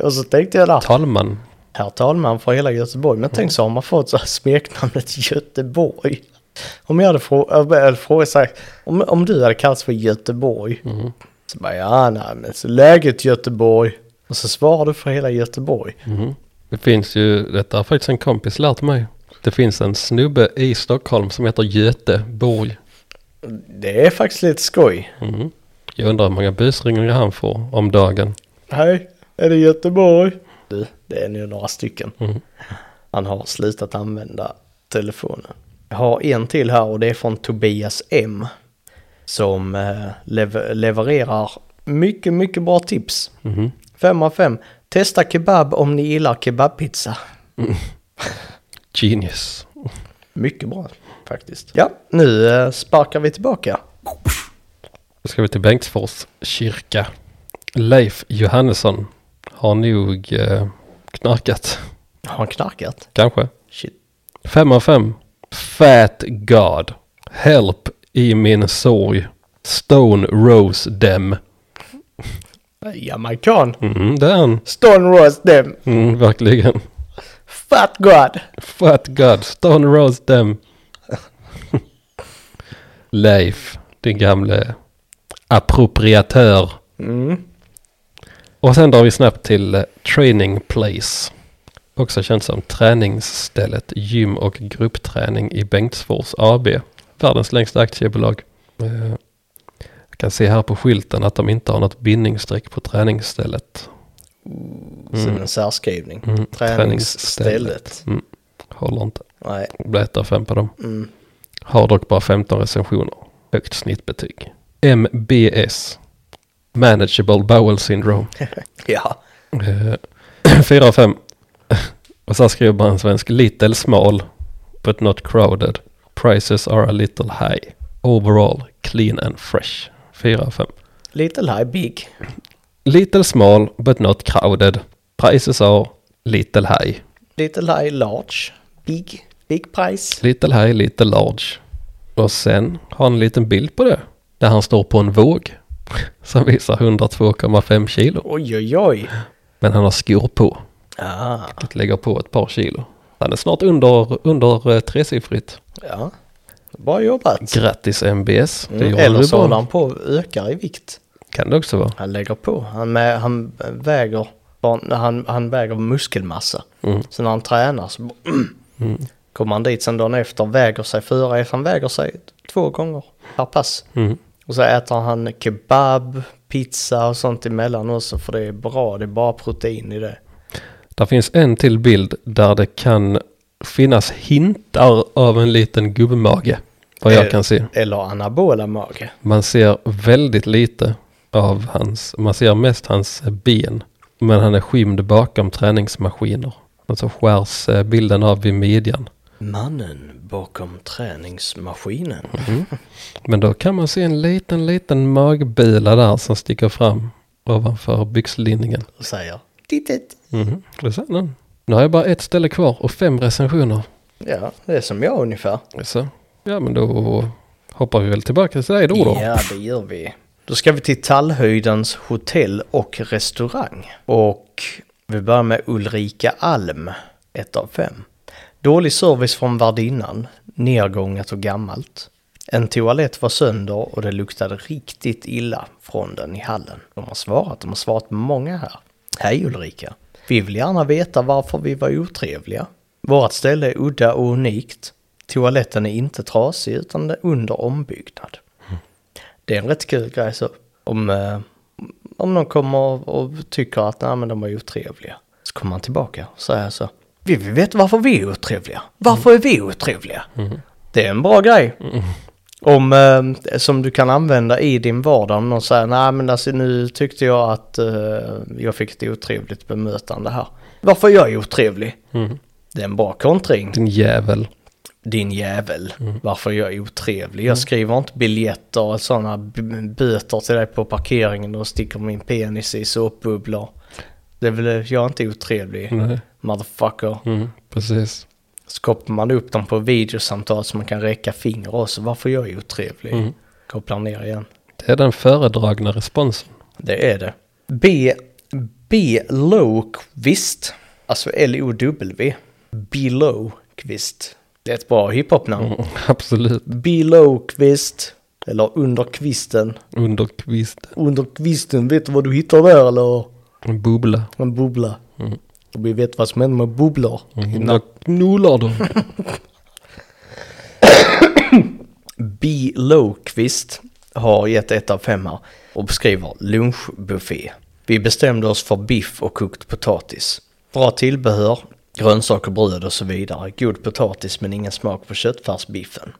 [SPEAKER 1] och så tänkte jag där,
[SPEAKER 2] Talman.
[SPEAKER 1] herr talman för hela Göteborg. Men tänk så har man fått så här smeknamnet Göteborg. Om jag hade frågat, frågat så här, om, om du hade kallats för Göteborg. Så bara, ja nej men så läget Göteborg. Och så svarar du för hela Göteborg.
[SPEAKER 2] Mm-hmm. Det finns ju, detta har faktiskt en kompis lärt mig. Det finns en snubbe i Stockholm som heter Göteborg.
[SPEAKER 1] Det är faktiskt lite skoj.
[SPEAKER 2] Mm. Jag undrar hur många busringningar han får om dagen.
[SPEAKER 1] Hej, är det Göteborg? Du, det är nu några stycken.
[SPEAKER 2] Mm.
[SPEAKER 1] Han har slutat använda telefonen. Jag har en till här och det är från Tobias M. Som eh, lev- levererar mycket, mycket bra tips.
[SPEAKER 2] Mhm.
[SPEAKER 1] Fem av fem. Testa kebab om ni gillar kebabpizza.
[SPEAKER 2] Genius.
[SPEAKER 1] Mycket bra faktiskt. Ja, nu eh, sparkar vi tillbaka.
[SPEAKER 2] Då ska vi till Bengtsfors kyrka. Leif Johannesson har nog eh, knarkat.
[SPEAKER 1] Har han knarkat?
[SPEAKER 2] Kanske.
[SPEAKER 1] Shit.
[SPEAKER 2] Fem av fem. Fat God. Help i min sorg. Stone Rose Dem.
[SPEAKER 1] Jamaican.
[SPEAKER 2] Mm, det är han.
[SPEAKER 1] Stone roast them.
[SPEAKER 2] Mm, verkligen.
[SPEAKER 1] Fat god.
[SPEAKER 2] Fat God, Stone Rose dem. Leif, din gamle appropriatör.
[SPEAKER 1] Mm.
[SPEAKER 2] Och sen drar vi snabbt till eh, Training Place. Också känt som träningsstället, gym och gruppträning i Bengtsfors AB. Världens längsta aktiebolag. Eh, Jag kan se här på skylten att de inte har något bindningsstreck på träningsstället.
[SPEAKER 1] Som
[SPEAKER 2] Mm.
[SPEAKER 1] en särskrivning.
[SPEAKER 2] Mm,
[SPEAKER 1] Träningsstället.
[SPEAKER 2] Mm. Håller inte.
[SPEAKER 1] Nej.
[SPEAKER 2] Blir ett av fem på dem.
[SPEAKER 1] Mm.
[SPEAKER 2] Har dock bara 15 recensioner. Högt snittbetyg. MBS. Manageable Bowel Syndrome.
[SPEAKER 1] Ja.
[SPEAKER 2] Eh, Fyra av fem. Och så här skriver man en svensk. Little small, but not crowded. Prices are a little high. Overall, clean and fresh. Fyra av fem.
[SPEAKER 1] Little high big.
[SPEAKER 2] Little small, but not crowded. Prices are little high.
[SPEAKER 1] Little high large. Big. Big price.
[SPEAKER 2] Little high, little large. Och sen har han en liten bild på det. Där han står på en våg. Som visar 102,5 kilo.
[SPEAKER 1] Oj oj oj.
[SPEAKER 2] Men han har skor på.
[SPEAKER 1] Ah.
[SPEAKER 2] Vilket lägger på ett par kilo. Han är snart under, under eh, tresiffrigt.
[SPEAKER 1] Ja. Bra jobbat.
[SPEAKER 2] Grattis MBS. Det
[SPEAKER 1] Mm.
[SPEAKER 2] gjorde
[SPEAKER 1] Eller
[SPEAKER 2] du
[SPEAKER 1] så
[SPEAKER 2] bra.
[SPEAKER 1] håller han på och ökar i vikt.
[SPEAKER 2] Kan det också vara.
[SPEAKER 1] Han lägger på. Han, med, han väger bara- han, han väger muskelmassa.
[SPEAKER 2] Mm.
[SPEAKER 1] Så när han tränar så kommer han dit sen dagen efter väger sig fyra. Han väger sig två gånger per pass.
[SPEAKER 2] Mm.
[SPEAKER 1] Och så äter han kebab, pizza och sånt emellan också för det är bra. Det är bara protein i det.
[SPEAKER 2] Där finns en till bild där det kan finnas hintar av en liten gubbmage. Vad
[SPEAKER 1] Eh.
[SPEAKER 2] jag kan se.
[SPEAKER 1] Eller anabola mage.
[SPEAKER 2] Man ser väldigt lite av hans, man ser mest hans ben. Men han är skymd bakom träningsmaskiner. Och så skärs eh, bilden av vid midjan.
[SPEAKER 1] Mannen bakom träningsmaskinen.
[SPEAKER 2] Mm. Men då kan man se en liten, liten magbila där som sticker fram ovanför byxlinningen.
[SPEAKER 1] Och säger tittet.
[SPEAKER 2] Mhm, det ser man. Nu har jag bara ett ställe kvar och fem recensioner.
[SPEAKER 1] Ja, det är som jag ungefär.
[SPEAKER 2] Så. Ja, men då hoppar vi väl tillbaka till dig då. då.
[SPEAKER 1] Ja, det gör vi. Då ska vi till Tallhöjdens hotell och restaurang. Och vi börjar med Ulrika Alm, 1 av 5. Dålig service från värdinnan, nergånget och gammalt. En toalett var sönder och det luktade riktigt illa från den i hallen. De har svarat, de har svarat många här. Hej Ulrika! Vi vill gärna veta varför vi var otrevliga. Vårt ställe är udda och unikt. Toaletten är inte trasig utan är under ombyggnad. Det är en rätt kul grej så. Om, eh, om någon kommer och, och tycker att nej, men de var otrevliga. Så kommer man tillbaka och säger så. Vi vill veta varför vi är otrevliga. Varför är vi otrevliga? Det är en bra grej. Om, eh, som du kan använda i din vardag om någon säger nej men alltså, nu tyckte jag att eh, jag fick ett otrevligt bemötande här. Varför är jag otrevlig? Det är en bra kontring
[SPEAKER 2] Din jävel.
[SPEAKER 1] din jävel, varför är jag otrevlig? Jag skriver inte biljetter och sådana b- böter till dig på parkeringen och sticker min penis i såpbubblor. Det är väl, jag är inte otrevlig,
[SPEAKER 2] Nej.
[SPEAKER 1] motherfucker.
[SPEAKER 2] Mm, precis.
[SPEAKER 1] Så kopplar man upp dem på videosamtal så man kan räcka finger också. Varför är jag otrevlig? Kopplar ner igen.
[SPEAKER 2] Det är den föredragna responsen.
[SPEAKER 1] Det är det. B. B. Lowqvist. Alltså L-O-W. Bilowqvist. Det är ett bra hiphopnamn.
[SPEAKER 2] Mm. Absolut.
[SPEAKER 1] below kvist, eller under kvisten.
[SPEAKER 2] Under kvisten.
[SPEAKER 1] Under kvisten, vet du vad du hittar där eller?
[SPEAKER 2] En bubbla.
[SPEAKER 1] En bubbla. Och vi vet vad som händer med bubblor.
[SPEAKER 2] Mm. Jag knullar dem.
[SPEAKER 1] B. Lowqvist har gett ett av fem här och beskriver lunchbuffé. Vi bestämde oss för biff och kokt potatis. Bra tillbehör, grönsaker, bröd och så vidare. God potatis men ingen smak på köttfärsbiffen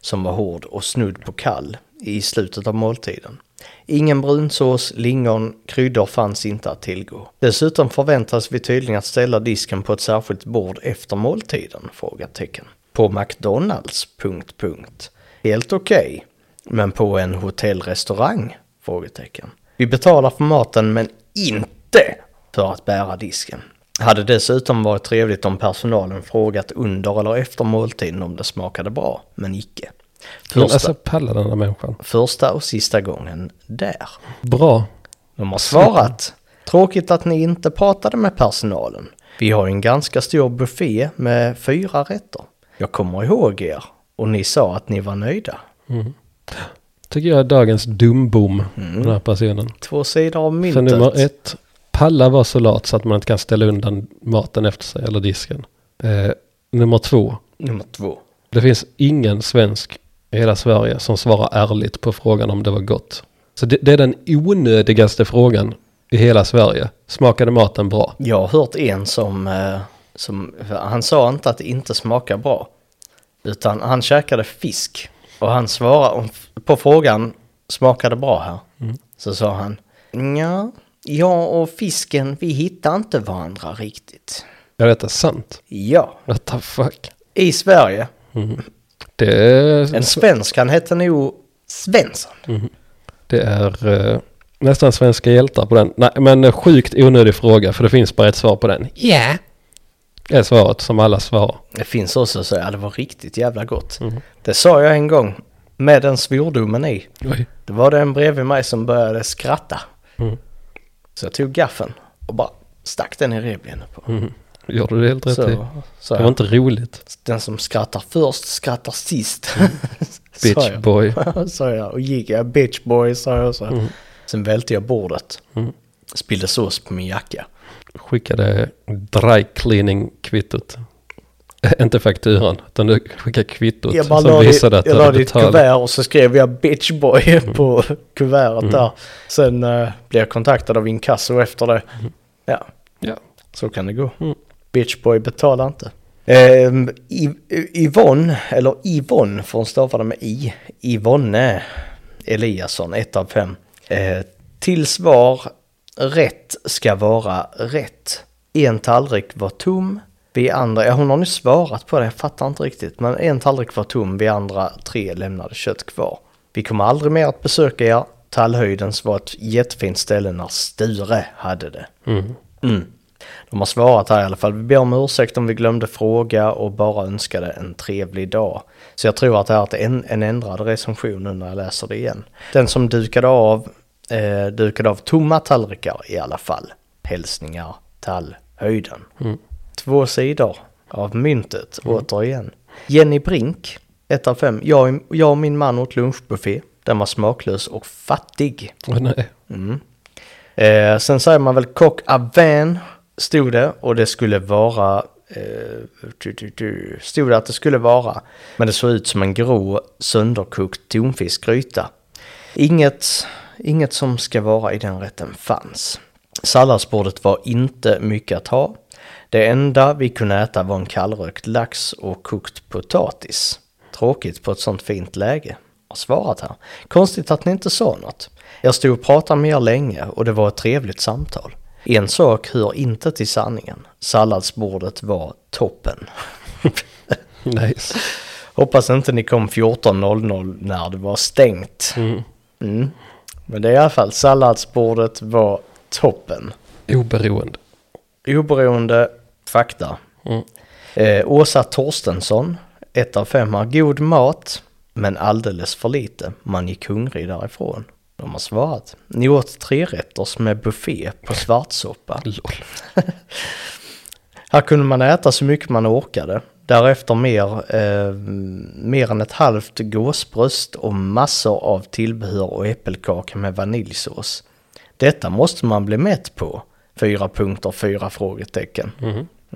[SPEAKER 1] som var hård och snudd på kall i slutet av måltiden. Ingen brunsås, lingon, kryddor fanns inte att tillgå. Dessutom förväntas vi tydligen att ställa disken på ett särskilt bord efter måltiden? Frågetecken. På McDonalds? Punkt, punkt. Helt okej, men på en hotellrestaurang? Frågetecken. Vi betalar för maten men inte för att bära disken. Hade dessutom varit trevligt om personalen frågat under eller efter måltiden om det smakade bra, men icke.
[SPEAKER 2] Men
[SPEAKER 1] Första,
[SPEAKER 2] alltså pallar den här människan.
[SPEAKER 1] första och sista gången där.
[SPEAKER 2] Bra.
[SPEAKER 1] De har svarat. Tråkigt att ni inte pratade med personalen. Vi har ju en ganska stor buffé med fyra rätter. Jag kommer ihåg er och ni sa att ni var nöjda.
[SPEAKER 2] Tycker jag är dagens dumbom.
[SPEAKER 1] Mm.
[SPEAKER 2] Den här personen.
[SPEAKER 1] Två sidor av
[SPEAKER 2] För
[SPEAKER 1] myntet.
[SPEAKER 2] nummer ett, palla vara så lat så att man inte kan ställa undan maten efter sig eller disken. Eh, nummer två,
[SPEAKER 1] Nummer två.
[SPEAKER 2] det finns ingen svensk i hela Sverige som svarar ärligt på frågan om det var gott. Så det, det är den onödigaste frågan i hela Sverige. Smakade maten bra?
[SPEAKER 1] Jag har hört en som, eh, som, han sa inte att det inte smakar bra. Utan han käkade fisk. Och han svarade om, på frågan, smakade bra här?
[SPEAKER 2] Mm.
[SPEAKER 1] Så sa han, ja, jag och fisken vi hittar inte varandra riktigt.
[SPEAKER 2] Ja, detta är sant.
[SPEAKER 1] Ja,
[SPEAKER 2] What the fuck?
[SPEAKER 1] i Sverige.
[SPEAKER 2] Det är,
[SPEAKER 1] En svensk, han hette nog Svensson.
[SPEAKER 2] det är eh, nästan svenska hjältar på den. Nej, men sjukt onödig fråga för det finns bara ett svar på den. Ja. är svaret som alla svarar.
[SPEAKER 1] Det finns också så, ja det var riktigt jävla gott.
[SPEAKER 2] Mm.
[SPEAKER 1] Det sa jag en gång, med den svordomen i.
[SPEAKER 2] Oj.
[SPEAKER 1] Det var det en bredvid mig som började skratta.
[SPEAKER 2] Mm.
[SPEAKER 1] Så jag tog gaffeln och bara stack den i revbenen på.
[SPEAKER 2] Gjorde du helt rätt i.
[SPEAKER 1] Så, så
[SPEAKER 2] Mm, Det var
[SPEAKER 1] jag,
[SPEAKER 2] inte roligt.
[SPEAKER 1] den som skrattar först skrattar sist. sa
[SPEAKER 2] Mm. Bitch
[SPEAKER 1] jag.
[SPEAKER 2] boy. Mm.
[SPEAKER 1] sa jag och gick, jag bitch boy sa jag så. Sen välte jag bordet. Spillde sås på min jacka.
[SPEAKER 2] Skickade dry cleaning kvittot. inte fakturan, utan du skickade kvittot
[SPEAKER 1] Jag bara
[SPEAKER 2] som
[SPEAKER 1] la det,
[SPEAKER 2] visade att
[SPEAKER 1] jag
[SPEAKER 2] du
[SPEAKER 1] la
[SPEAKER 2] hade
[SPEAKER 1] det i ett
[SPEAKER 2] betalat. Mm.
[SPEAKER 1] kuvert och så skrev jag bitch boy på kuvertet där. Sen eh, blev jag kontaktad av inkasso efter det.
[SPEAKER 2] Mm.
[SPEAKER 1] Ja,
[SPEAKER 2] Ja.
[SPEAKER 1] Så kan det gå. Bitchboy betalar inte. Ehm, I- Yvonne, eller Yvonne får hon stava det med i. Yvonne Eliasson, 1 av 5. Eh, till svar, rätt ska vara rätt. En tallrik var tom, vi andra, ja hon har nu svarat på det, jag fattar inte riktigt. Men en tallrik var tom, vi andra tre lämnade kött kvar. Vi kommer aldrig mer att besöka er. Tallhöjdens var ett jättefint ställe när Sture hade det. Mm. De har svarat här i alla fall. Vi ber om ursäkt om vi glömde fråga och bara önskade en trevlig dag. Så jag tror att det här är en, en ändrad recension nu när jag läser det igen. Den som dukade av eh, dukade av tomma tallrikar i alla fall. Hälsningar Tallhöjden. Två sidor av myntet återigen. Jenny Brink, 1 av 5. Jag, jag och min man åt lunchbuffé. Den var smaklös och fattig.
[SPEAKER 2] Åh, nej.
[SPEAKER 1] Mm. Eh, sen säger man väl kock aven stod det och det skulle vara eh, du, du, du, stod det att det skulle vara. Men det såg ut som en grå sönderkokt tonfiskgryta. Inget, inget som ska vara i den rätten fanns. Salladsbordet var inte mycket att ha. Det enda vi kunde äta var en kallrökt lax och kokt potatis. Tråkigt på ett sånt fint läge. Har svarat här. Konstigt att ni inte sa något. Jag stod och pratade med er länge och det var ett trevligt samtal. En sak hör inte till sanningen. Salladsbordet var toppen.
[SPEAKER 2] Nice.
[SPEAKER 1] Hoppas inte ni kom 14.00 när det var stängt. Mm. Men det är i alla fall salladsbordet var toppen.
[SPEAKER 2] Oberoende.
[SPEAKER 1] Oberoende fakta.
[SPEAKER 2] Mm.
[SPEAKER 1] Eh, Åsa Torstensson, ett av fem har god mat, men alldeles för lite. Man gick hungrig därifrån. De har svarat. Ni åt trerätters med buffé på svartsoppa.
[SPEAKER 2] Lol.
[SPEAKER 1] Här kunde man äta så mycket man orkade. Därefter mer, eh, mer än ett halvt gåsbröst och massor av tillbehör och äppelkaka med vaniljsås. Detta måste man bli mätt på. Fyra punkter, fyra frågetecken.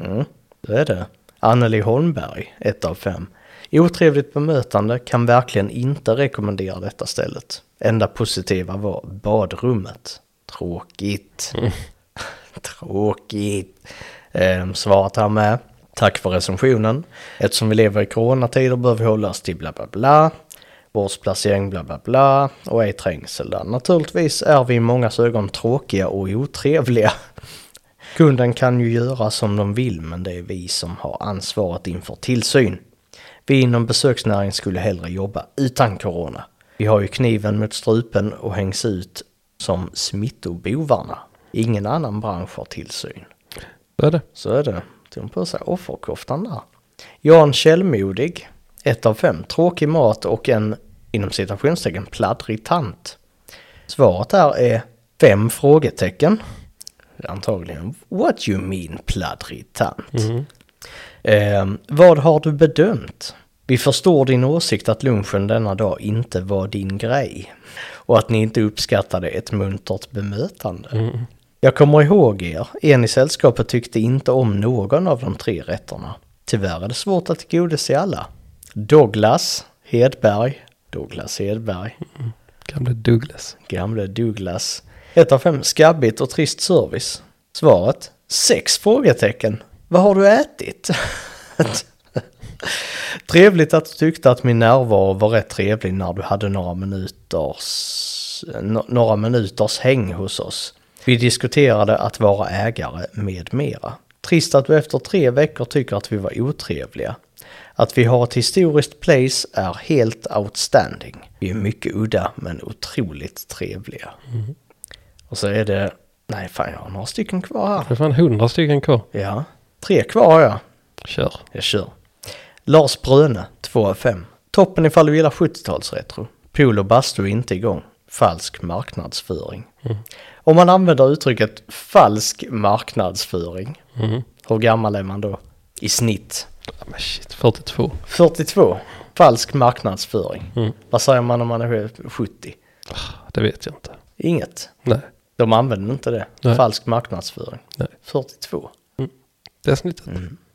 [SPEAKER 1] Mm, det är det. Anneli Holmberg, ett av fem. Otrevligt bemötande kan verkligen inte rekommendera detta stället. Enda positiva var badrummet. Tråkigt. Tråkigt. Ehm, svarat här med. Tack för recensionen. Eftersom vi lever i coronatider bör vi hålla oss till bla bla bla. Bordsplacering bla bla bla. Och ej trängsel där. Naturligtvis är vi i mångas ögon tråkiga och otrevliga. Kunden kan ju göra som de vill men det är vi som har ansvaret inför tillsyn. Vi inom besöksnäringen skulle hellre jobba utan corona. Vi har ju kniven mot strupen och hängs ut som smittobovarna. Ingen annan bransch har tillsyn.
[SPEAKER 2] Så är det.
[SPEAKER 1] Så är det. Tog hon på sig offerkoftan där. Jan Källmodig, ett av fem. Tråkig mat och en, inom citationstecken, pladdrig tant. Svaret där är fem frågetecken. Antagligen, what you mean pladdrig tant? Ehm, vad har du bedömt? Vi förstår din åsikt att lunchen denna dag inte var din grej. Och att ni inte uppskattade ett muntert bemötande. Jag kommer ihåg er. En i sällskapet tyckte inte om någon av de tre rätterna. Tyvärr är det svårt att tillgodose alla. Douglas Hedberg. Douglas Hedberg.
[SPEAKER 2] Gamle Douglas.
[SPEAKER 1] Gamle Douglas. 1 av 5. Skabbigt och trist service. Svaret? Sex frågetecken. Vad har du ätit? Trevligt att du tyckte att min närvaro var rätt trevlig när du hade några minuters, no- några minuters häng hos oss. Vi diskuterade att vara ägare med mera. Trist att du efter tre veckor tycker att vi var otrevliga. Att vi har ett historiskt place är helt outstanding. Vi är mycket udda men otroligt trevliga. Och så är det, nej fan jag har några stycken kvar här.
[SPEAKER 2] Det är fan hundra stycken kvar.
[SPEAKER 1] Ja, tre kvar har jag.
[SPEAKER 2] Kör.
[SPEAKER 1] Jag kör. Lars Bröne, 2 av 5. Toppen ifall du gillar 70-talsretro. Pool och bastu är inte igång. Falsk marknadsföring. Om man använder uttrycket falsk marknadsföring, hur gammal är man då? I snitt.
[SPEAKER 2] Mm. Ja, men shit, 42.
[SPEAKER 1] 42. Falsk marknadsföring.
[SPEAKER 2] Mm.
[SPEAKER 1] Vad säger man om man är 70?
[SPEAKER 2] Det vet jag inte.
[SPEAKER 1] Inget.
[SPEAKER 2] Nej,
[SPEAKER 1] De använder inte det.
[SPEAKER 2] Nej.
[SPEAKER 1] Falsk marknadsföring.
[SPEAKER 2] Nej.
[SPEAKER 1] 42.
[SPEAKER 2] det är snittet.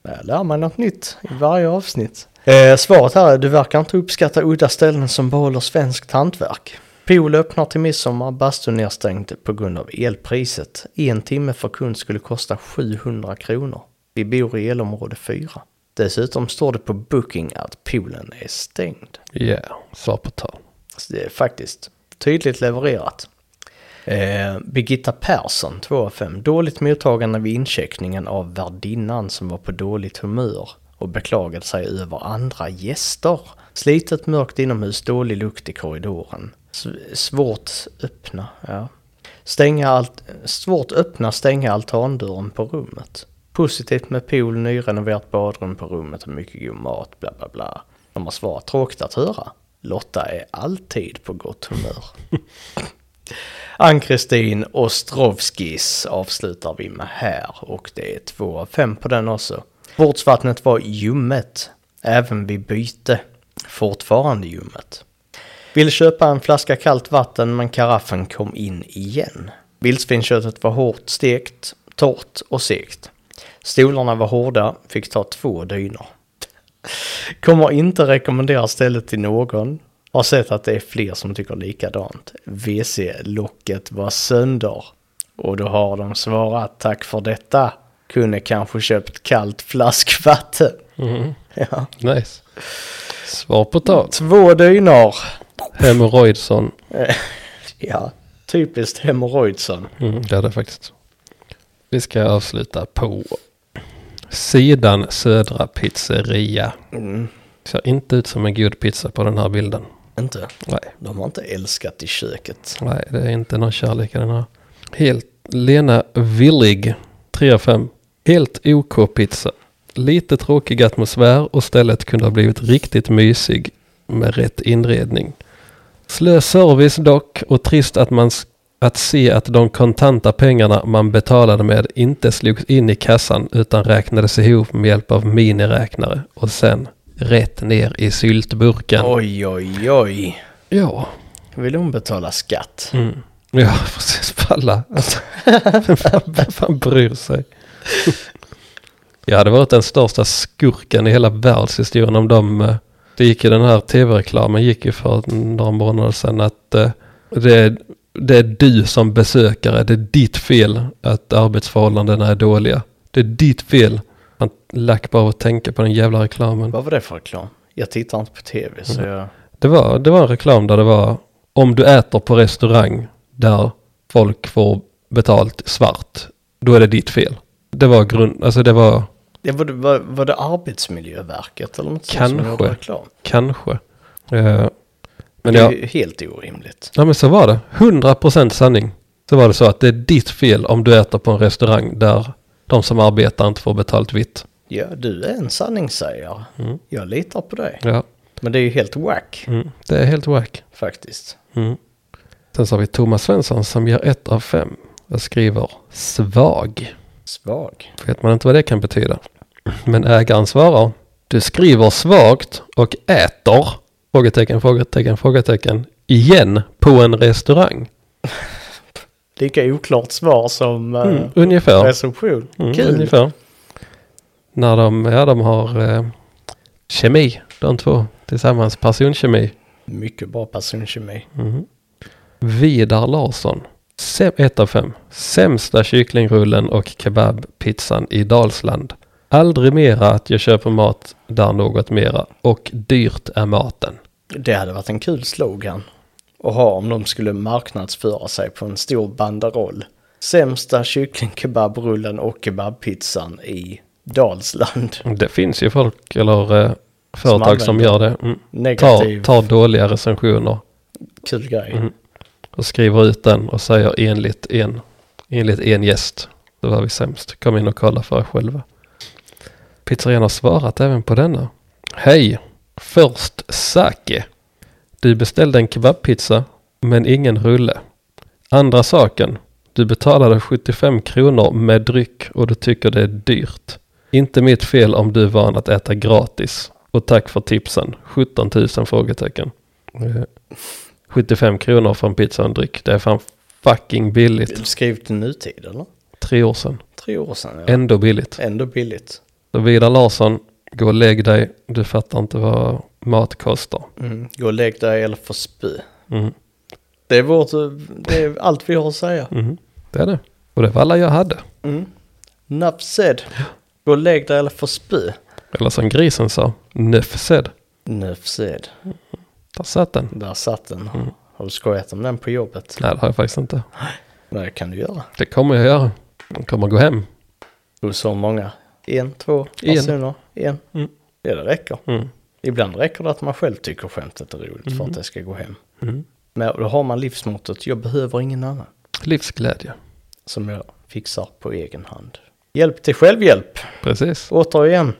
[SPEAKER 1] Jag lär mig något nytt i varje avsnitt. Eh, svaret här är du verkar inte uppskatta udda ställen som behåller svenskt hantverk. Pool öppnar till midsommar, bastun är stängd på grund av elpriset. En timme för kund skulle kosta 700 kronor. Vi bor i elområde 4. Dessutom står det på booking att poolen är stängd.
[SPEAKER 2] Ja, svar på tal.
[SPEAKER 1] Så Alltså, det är faktiskt tydligt levererat. Eh, Birgitta Persson, 2 av 5. Dåligt mottagande vid incheckningen av värdinnan som var på dåligt humör och beklagade sig över andra gäster. Slitet mörkt inomhus, dålig lukt i korridoren. Sv- svårt öppna, ja. Stänga alt- svårt öppna, stänga altandörren på rummet. Positivt med pool, nyrenoverat badrum på rummet och mycket god mat, bla bla bla. De har svarat tråkigt att höra. Lotta är alltid på gott humör. Ann-Kristin Ostrovskis avslutar vi med här och det är två av fem på den också. Bordsvattnet var ljummet, även vid byte. Fortfarande ljummet. Vill köpa en flaska kallt vatten men karaffen kom in igen. Vildsvinsköttet var hårt stekt, torrt och segt. Stolarna var hårda, fick ta två dynor. Kommer inte rekommendera stället till någon. Har sett att det är fler som tycker likadant. WC-locket var sönder. Och då har de svarat tack för detta. Kunde kanske köpt kallt flaskvatten. Ja.
[SPEAKER 2] Nice. Svar på tal.
[SPEAKER 1] Två dynor.
[SPEAKER 2] Hemorrojdson.
[SPEAKER 1] Ja, typiskt hemorrojdsen.
[SPEAKER 2] Mm, det är det faktiskt. Vi ska avsluta på sidan Södra Pizzeria.
[SPEAKER 1] Mm,
[SPEAKER 2] Ser inte ut som en god pizza på den här bilden.
[SPEAKER 1] Inte.
[SPEAKER 2] Nej,
[SPEAKER 1] De har inte älskat i köket.
[SPEAKER 2] nej det är inte någon kärlek i den här. Helt Lena Willig, 3 av 5. Helt OK pizza. Lite tråkig atmosfär och stället kunde ha blivit riktigt mysig med rätt inredning. Slö service dock och trist att man s- att se att de kontanta pengarna man betalade med inte slogs in i kassan utan räknades ihop med hjälp av miniräknare och sen rätt ner i syltburken.
[SPEAKER 1] Oj, oj, oj.
[SPEAKER 2] Ja,
[SPEAKER 1] Vill hon betala skatt?
[SPEAKER 2] Mm. Ja, precis. För alla. Alltså, vem, fan, vem fan bryr sig? Jag hade varit den största skurken i hela världshistorien om de... eh, Det gick ju den här tv-reklamen gick ju för några månader sedan att eh, det är, det är du som besökare, det är ditt fel att arbetsförhållandena är dåliga. Det är ditt fel. Han lack bara av att tänka på den jävla reklamen.
[SPEAKER 1] Vad var det för reklam? Jag tittar inte på tv så jag...
[SPEAKER 2] Det var, det var en reklam där det var om du äter på restaurang där folk får betalt svart, då är det ditt fel. Det var grund, alltså det var
[SPEAKER 1] Ja, var, det, var, var det Arbetsmiljöverket eller något sånt som
[SPEAKER 2] Kanske.
[SPEAKER 1] gjorde reklam?
[SPEAKER 2] kanske. Eh, men
[SPEAKER 1] det är
[SPEAKER 2] ja,
[SPEAKER 1] ju helt orimligt.
[SPEAKER 2] ja, men så var det. 100% sanning. Så var det så att det är ditt fel om du äter på en restaurang där de som arbetar inte får betalt vitt.
[SPEAKER 1] Ja, du är en sanningssägare.
[SPEAKER 2] Mm.
[SPEAKER 1] Jag litar på dig.
[SPEAKER 2] Ja,
[SPEAKER 1] Men det är ju helt whack
[SPEAKER 2] mm, det är helt wack.
[SPEAKER 1] faktiskt.
[SPEAKER 2] Mm. Sen så har vi Thomas Svensson som ger ett av fem och skriver svag.
[SPEAKER 1] Svag.
[SPEAKER 2] vet man inte vad det kan betyda. Men ägaren svarar. Du skriver svagt och äter. Frågetecken, frågetecken, frågetecken. Igen på en restaurang.
[SPEAKER 1] Lika oklart svar som
[SPEAKER 2] Mm,
[SPEAKER 1] eh,
[SPEAKER 2] ungefär.
[SPEAKER 1] recension.
[SPEAKER 2] Mm,
[SPEAKER 1] Kul.
[SPEAKER 2] ungefär. När de, ja, de har eh, kemi, de två tillsammans, personkemi.
[SPEAKER 1] Mycket bra personkemi.
[SPEAKER 2] Mhm. Vidar Larsson. 1 av 5. Sämsta kycklingrullen och kebabpizzan i Dalsland. Aldrig mera att jag köper mat där något mera och dyrt är maten.
[SPEAKER 1] Det hade varit en kul slogan att ha om de skulle marknadsföra sig på en stor banderoll. Sämsta kycklingkebabrullen och kebabpizzan i Dalsland.
[SPEAKER 2] Det finns ju folk eller eh, företag som,
[SPEAKER 1] använder.
[SPEAKER 2] gör det. Mm.
[SPEAKER 1] Negativ,
[SPEAKER 2] Tar, tar dåliga recensioner
[SPEAKER 1] kul grej.
[SPEAKER 2] Mm. och skriver ut den och säger enligt en, enligt en gäst. Då var vi sämst. Kom in och kolla för er själva. Pizzerian har svarat även på denna. Hej! Först Sake. Du beställde en kebabpizza men ingen rulle. Andra saken. Du betalade 75 kronor med dryck och du tycker det är dyrt. Inte mitt fel om du är van att äta gratis. Och tack för tipsen. 17 000 frågetecken. Eh, 75 kronor för en pizza och en dryck. Det är fan fucking billigt.
[SPEAKER 1] Du skrev till nutid eller?
[SPEAKER 2] Tre år sedan.
[SPEAKER 1] Tre år sedan. Ja.
[SPEAKER 2] Ändå billigt.
[SPEAKER 1] Ändå billigt.
[SPEAKER 2] Så Vidar Larsson, gå och lägg dig. Du fattar inte vad mat kostar.
[SPEAKER 1] Mm. Gå och lägg dig eller få spy.
[SPEAKER 2] Mm.
[SPEAKER 1] Det är, vårt, det är allt vi har att säga.
[SPEAKER 2] Mm. Det är det. Och det var alla jag hade.
[SPEAKER 1] Mm. Enough said. Gå och lägg dig eller få spy.
[SPEAKER 2] Eller som grisen sa, nuff said.
[SPEAKER 1] Enough said.
[SPEAKER 2] Där satt den.
[SPEAKER 1] Där satt den.
[SPEAKER 2] Mm.
[SPEAKER 1] Har du skojat om den på jobbet?
[SPEAKER 2] Nej, det har jag faktiskt inte.
[SPEAKER 1] Det kan du göra.
[SPEAKER 2] Det kommer jag göra. De kommer gå hem.
[SPEAKER 1] Hos så många. En, två
[SPEAKER 2] En.
[SPEAKER 1] personer. En.
[SPEAKER 2] Mm.
[SPEAKER 1] Det, det räcker.
[SPEAKER 2] Mm.
[SPEAKER 1] Ibland räcker det att man själv tycker skämtet är roligt för att det ska gå hem.
[SPEAKER 2] Mm.
[SPEAKER 1] Men då har man livsmottot, jag behöver ingen annan.
[SPEAKER 2] Livsglädje.
[SPEAKER 1] Som jag fixar på egen hand. Hjälp till självhjälp.
[SPEAKER 2] Precis.
[SPEAKER 1] Återigen.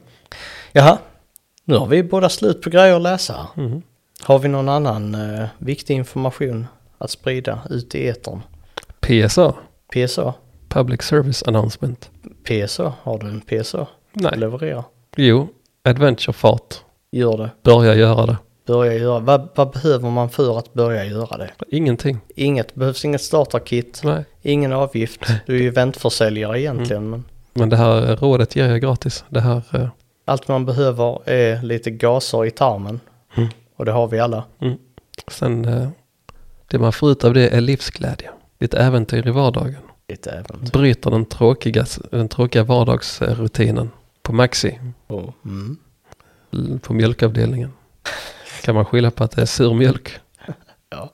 [SPEAKER 1] Jaha, nu har vi båda slut på grejer att läsa här.
[SPEAKER 2] Mm.
[SPEAKER 1] Har vi någon annan eh, viktig information att sprida ut i etern?
[SPEAKER 2] PSA.
[SPEAKER 1] PSA?
[SPEAKER 2] Public Service Announcement.
[SPEAKER 1] PSA? Har du en PSA?
[SPEAKER 2] Nej.
[SPEAKER 1] Leverera.
[SPEAKER 2] Jo, Adventurefart.
[SPEAKER 1] Gör det.
[SPEAKER 2] Börja göra det.
[SPEAKER 1] Börja göra. Vad, vad behöver man för att börja göra det?
[SPEAKER 2] Ingenting.
[SPEAKER 1] Inget, behövs inget starterkit,
[SPEAKER 2] Nej.
[SPEAKER 1] ingen avgift. Du är ju eventförsäljare egentligen
[SPEAKER 2] Mm.
[SPEAKER 1] men
[SPEAKER 2] Men det här rådet ger jag gratis. Det här... eh,
[SPEAKER 1] allt man behöver är lite gaser i tarmen.
[SPEAKER 2] Mm.
[SPEAKER 1] Och det har vi alla.
[SPEAKER 2] Sen... eh, Det man får ut av det är livsglädje. Lite äventyr i vardagen.
[SPEAKER 1] Lite äventyr.
[SPEAKER 2] Bryter den tråkiga, den tråkiga vardagsrutinen. På Maxi.
[SPEAKER 1] Och, mm.
[SPEAKER 2] l- På mjölkavdelningen. Kan man skylla på att det är sur mjölk?
[SPEAKER 1] Ja.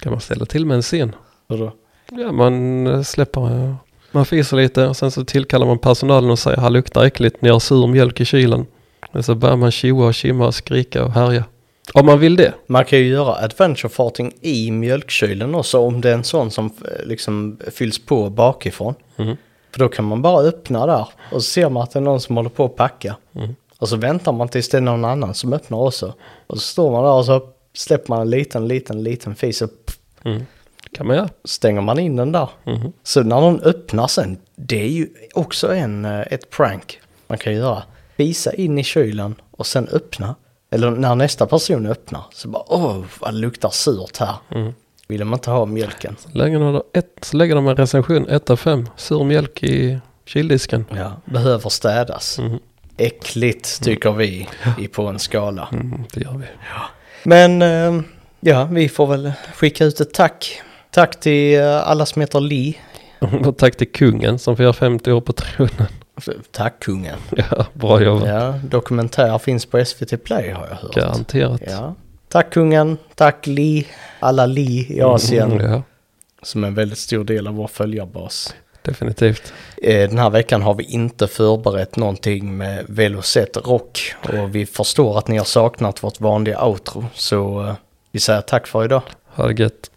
[SPEAKER 2] Kan man ställa till med en scen?
[SPEAKER 1] Hur då?
[SPEAKER 2] Ja, man eh, släpper... eh, Man fiser lite och sen så tillkallar man personalen och säger här luktar äckligt, ni har sur mjölk i kylen. Och så börjar man tjoa och tjimma och skrika och härja. Om man vill det.
[SPEAKER 1] Man kan ju göra adventure farting i mjölkkylen också om det är en sån som eh, liksom fylls på bakifrån.
[SPEAKER 2] Mm.
[SPEAKER 1] För då kan man bara öppna där och så ser man att det är någon som håller på att packa. Och så väntar man tills det är någon annan som öppnar också. Och så står man där och så släpper man en liten, liten, liten fis och pff,
[SPEAKER 2] kan man göra.
[SPEAKER 1] stänger man in den där. Så när någon öppnar sen, det är ju också en, eh, ett prank man kan göra. Visa in i kylen och sen öppna. Eller när nästa person öppnar så bara åh, vad det luktar surt här. Vill man inte ha mjölken.
[SPEAKER 2] Lägger de ett, så lägger de en recension 1 av 5. Sur mjölk i kyldisken.
[SPEAKER 1] Ja, behöver städas. Äckligt tycker vi i på en skala.
[SPEAKER 2] Mm, det gör vi.
[SPEAKER 1] Men eh, ja, vi får väl skicka ut ett tack. Tack till eh, alla som heter Li.
[SPEAKER 2] Och tack till kungen som firar 50 år på tronen.
[SPEAKER 1] Tack kungen.
[SPEAKER 2] Ja, bra jobbat.
[SPEAKER 1] Ja, dokumentär finns på SVT Play har jag hört.
[SPEAKER 2] Garanterat.
[SPEAKER 1] Ja. Tack kungen, tack Li, alla Li i Asien
[SPEAKER 2] Mm, ja,
[SPEAKER 1] som är en väldigt stor del av vår följarbas.
[SPEAKER 2] definitivt.
[SPEAKER 1] Eh, Den här veckan har vi inte förberett någonting med Velocet Rock och vi förstår att ni har saknat vårt vanliga outro så eh, vi säger tack för idag.
[SPEAKER 2] Ha det gött.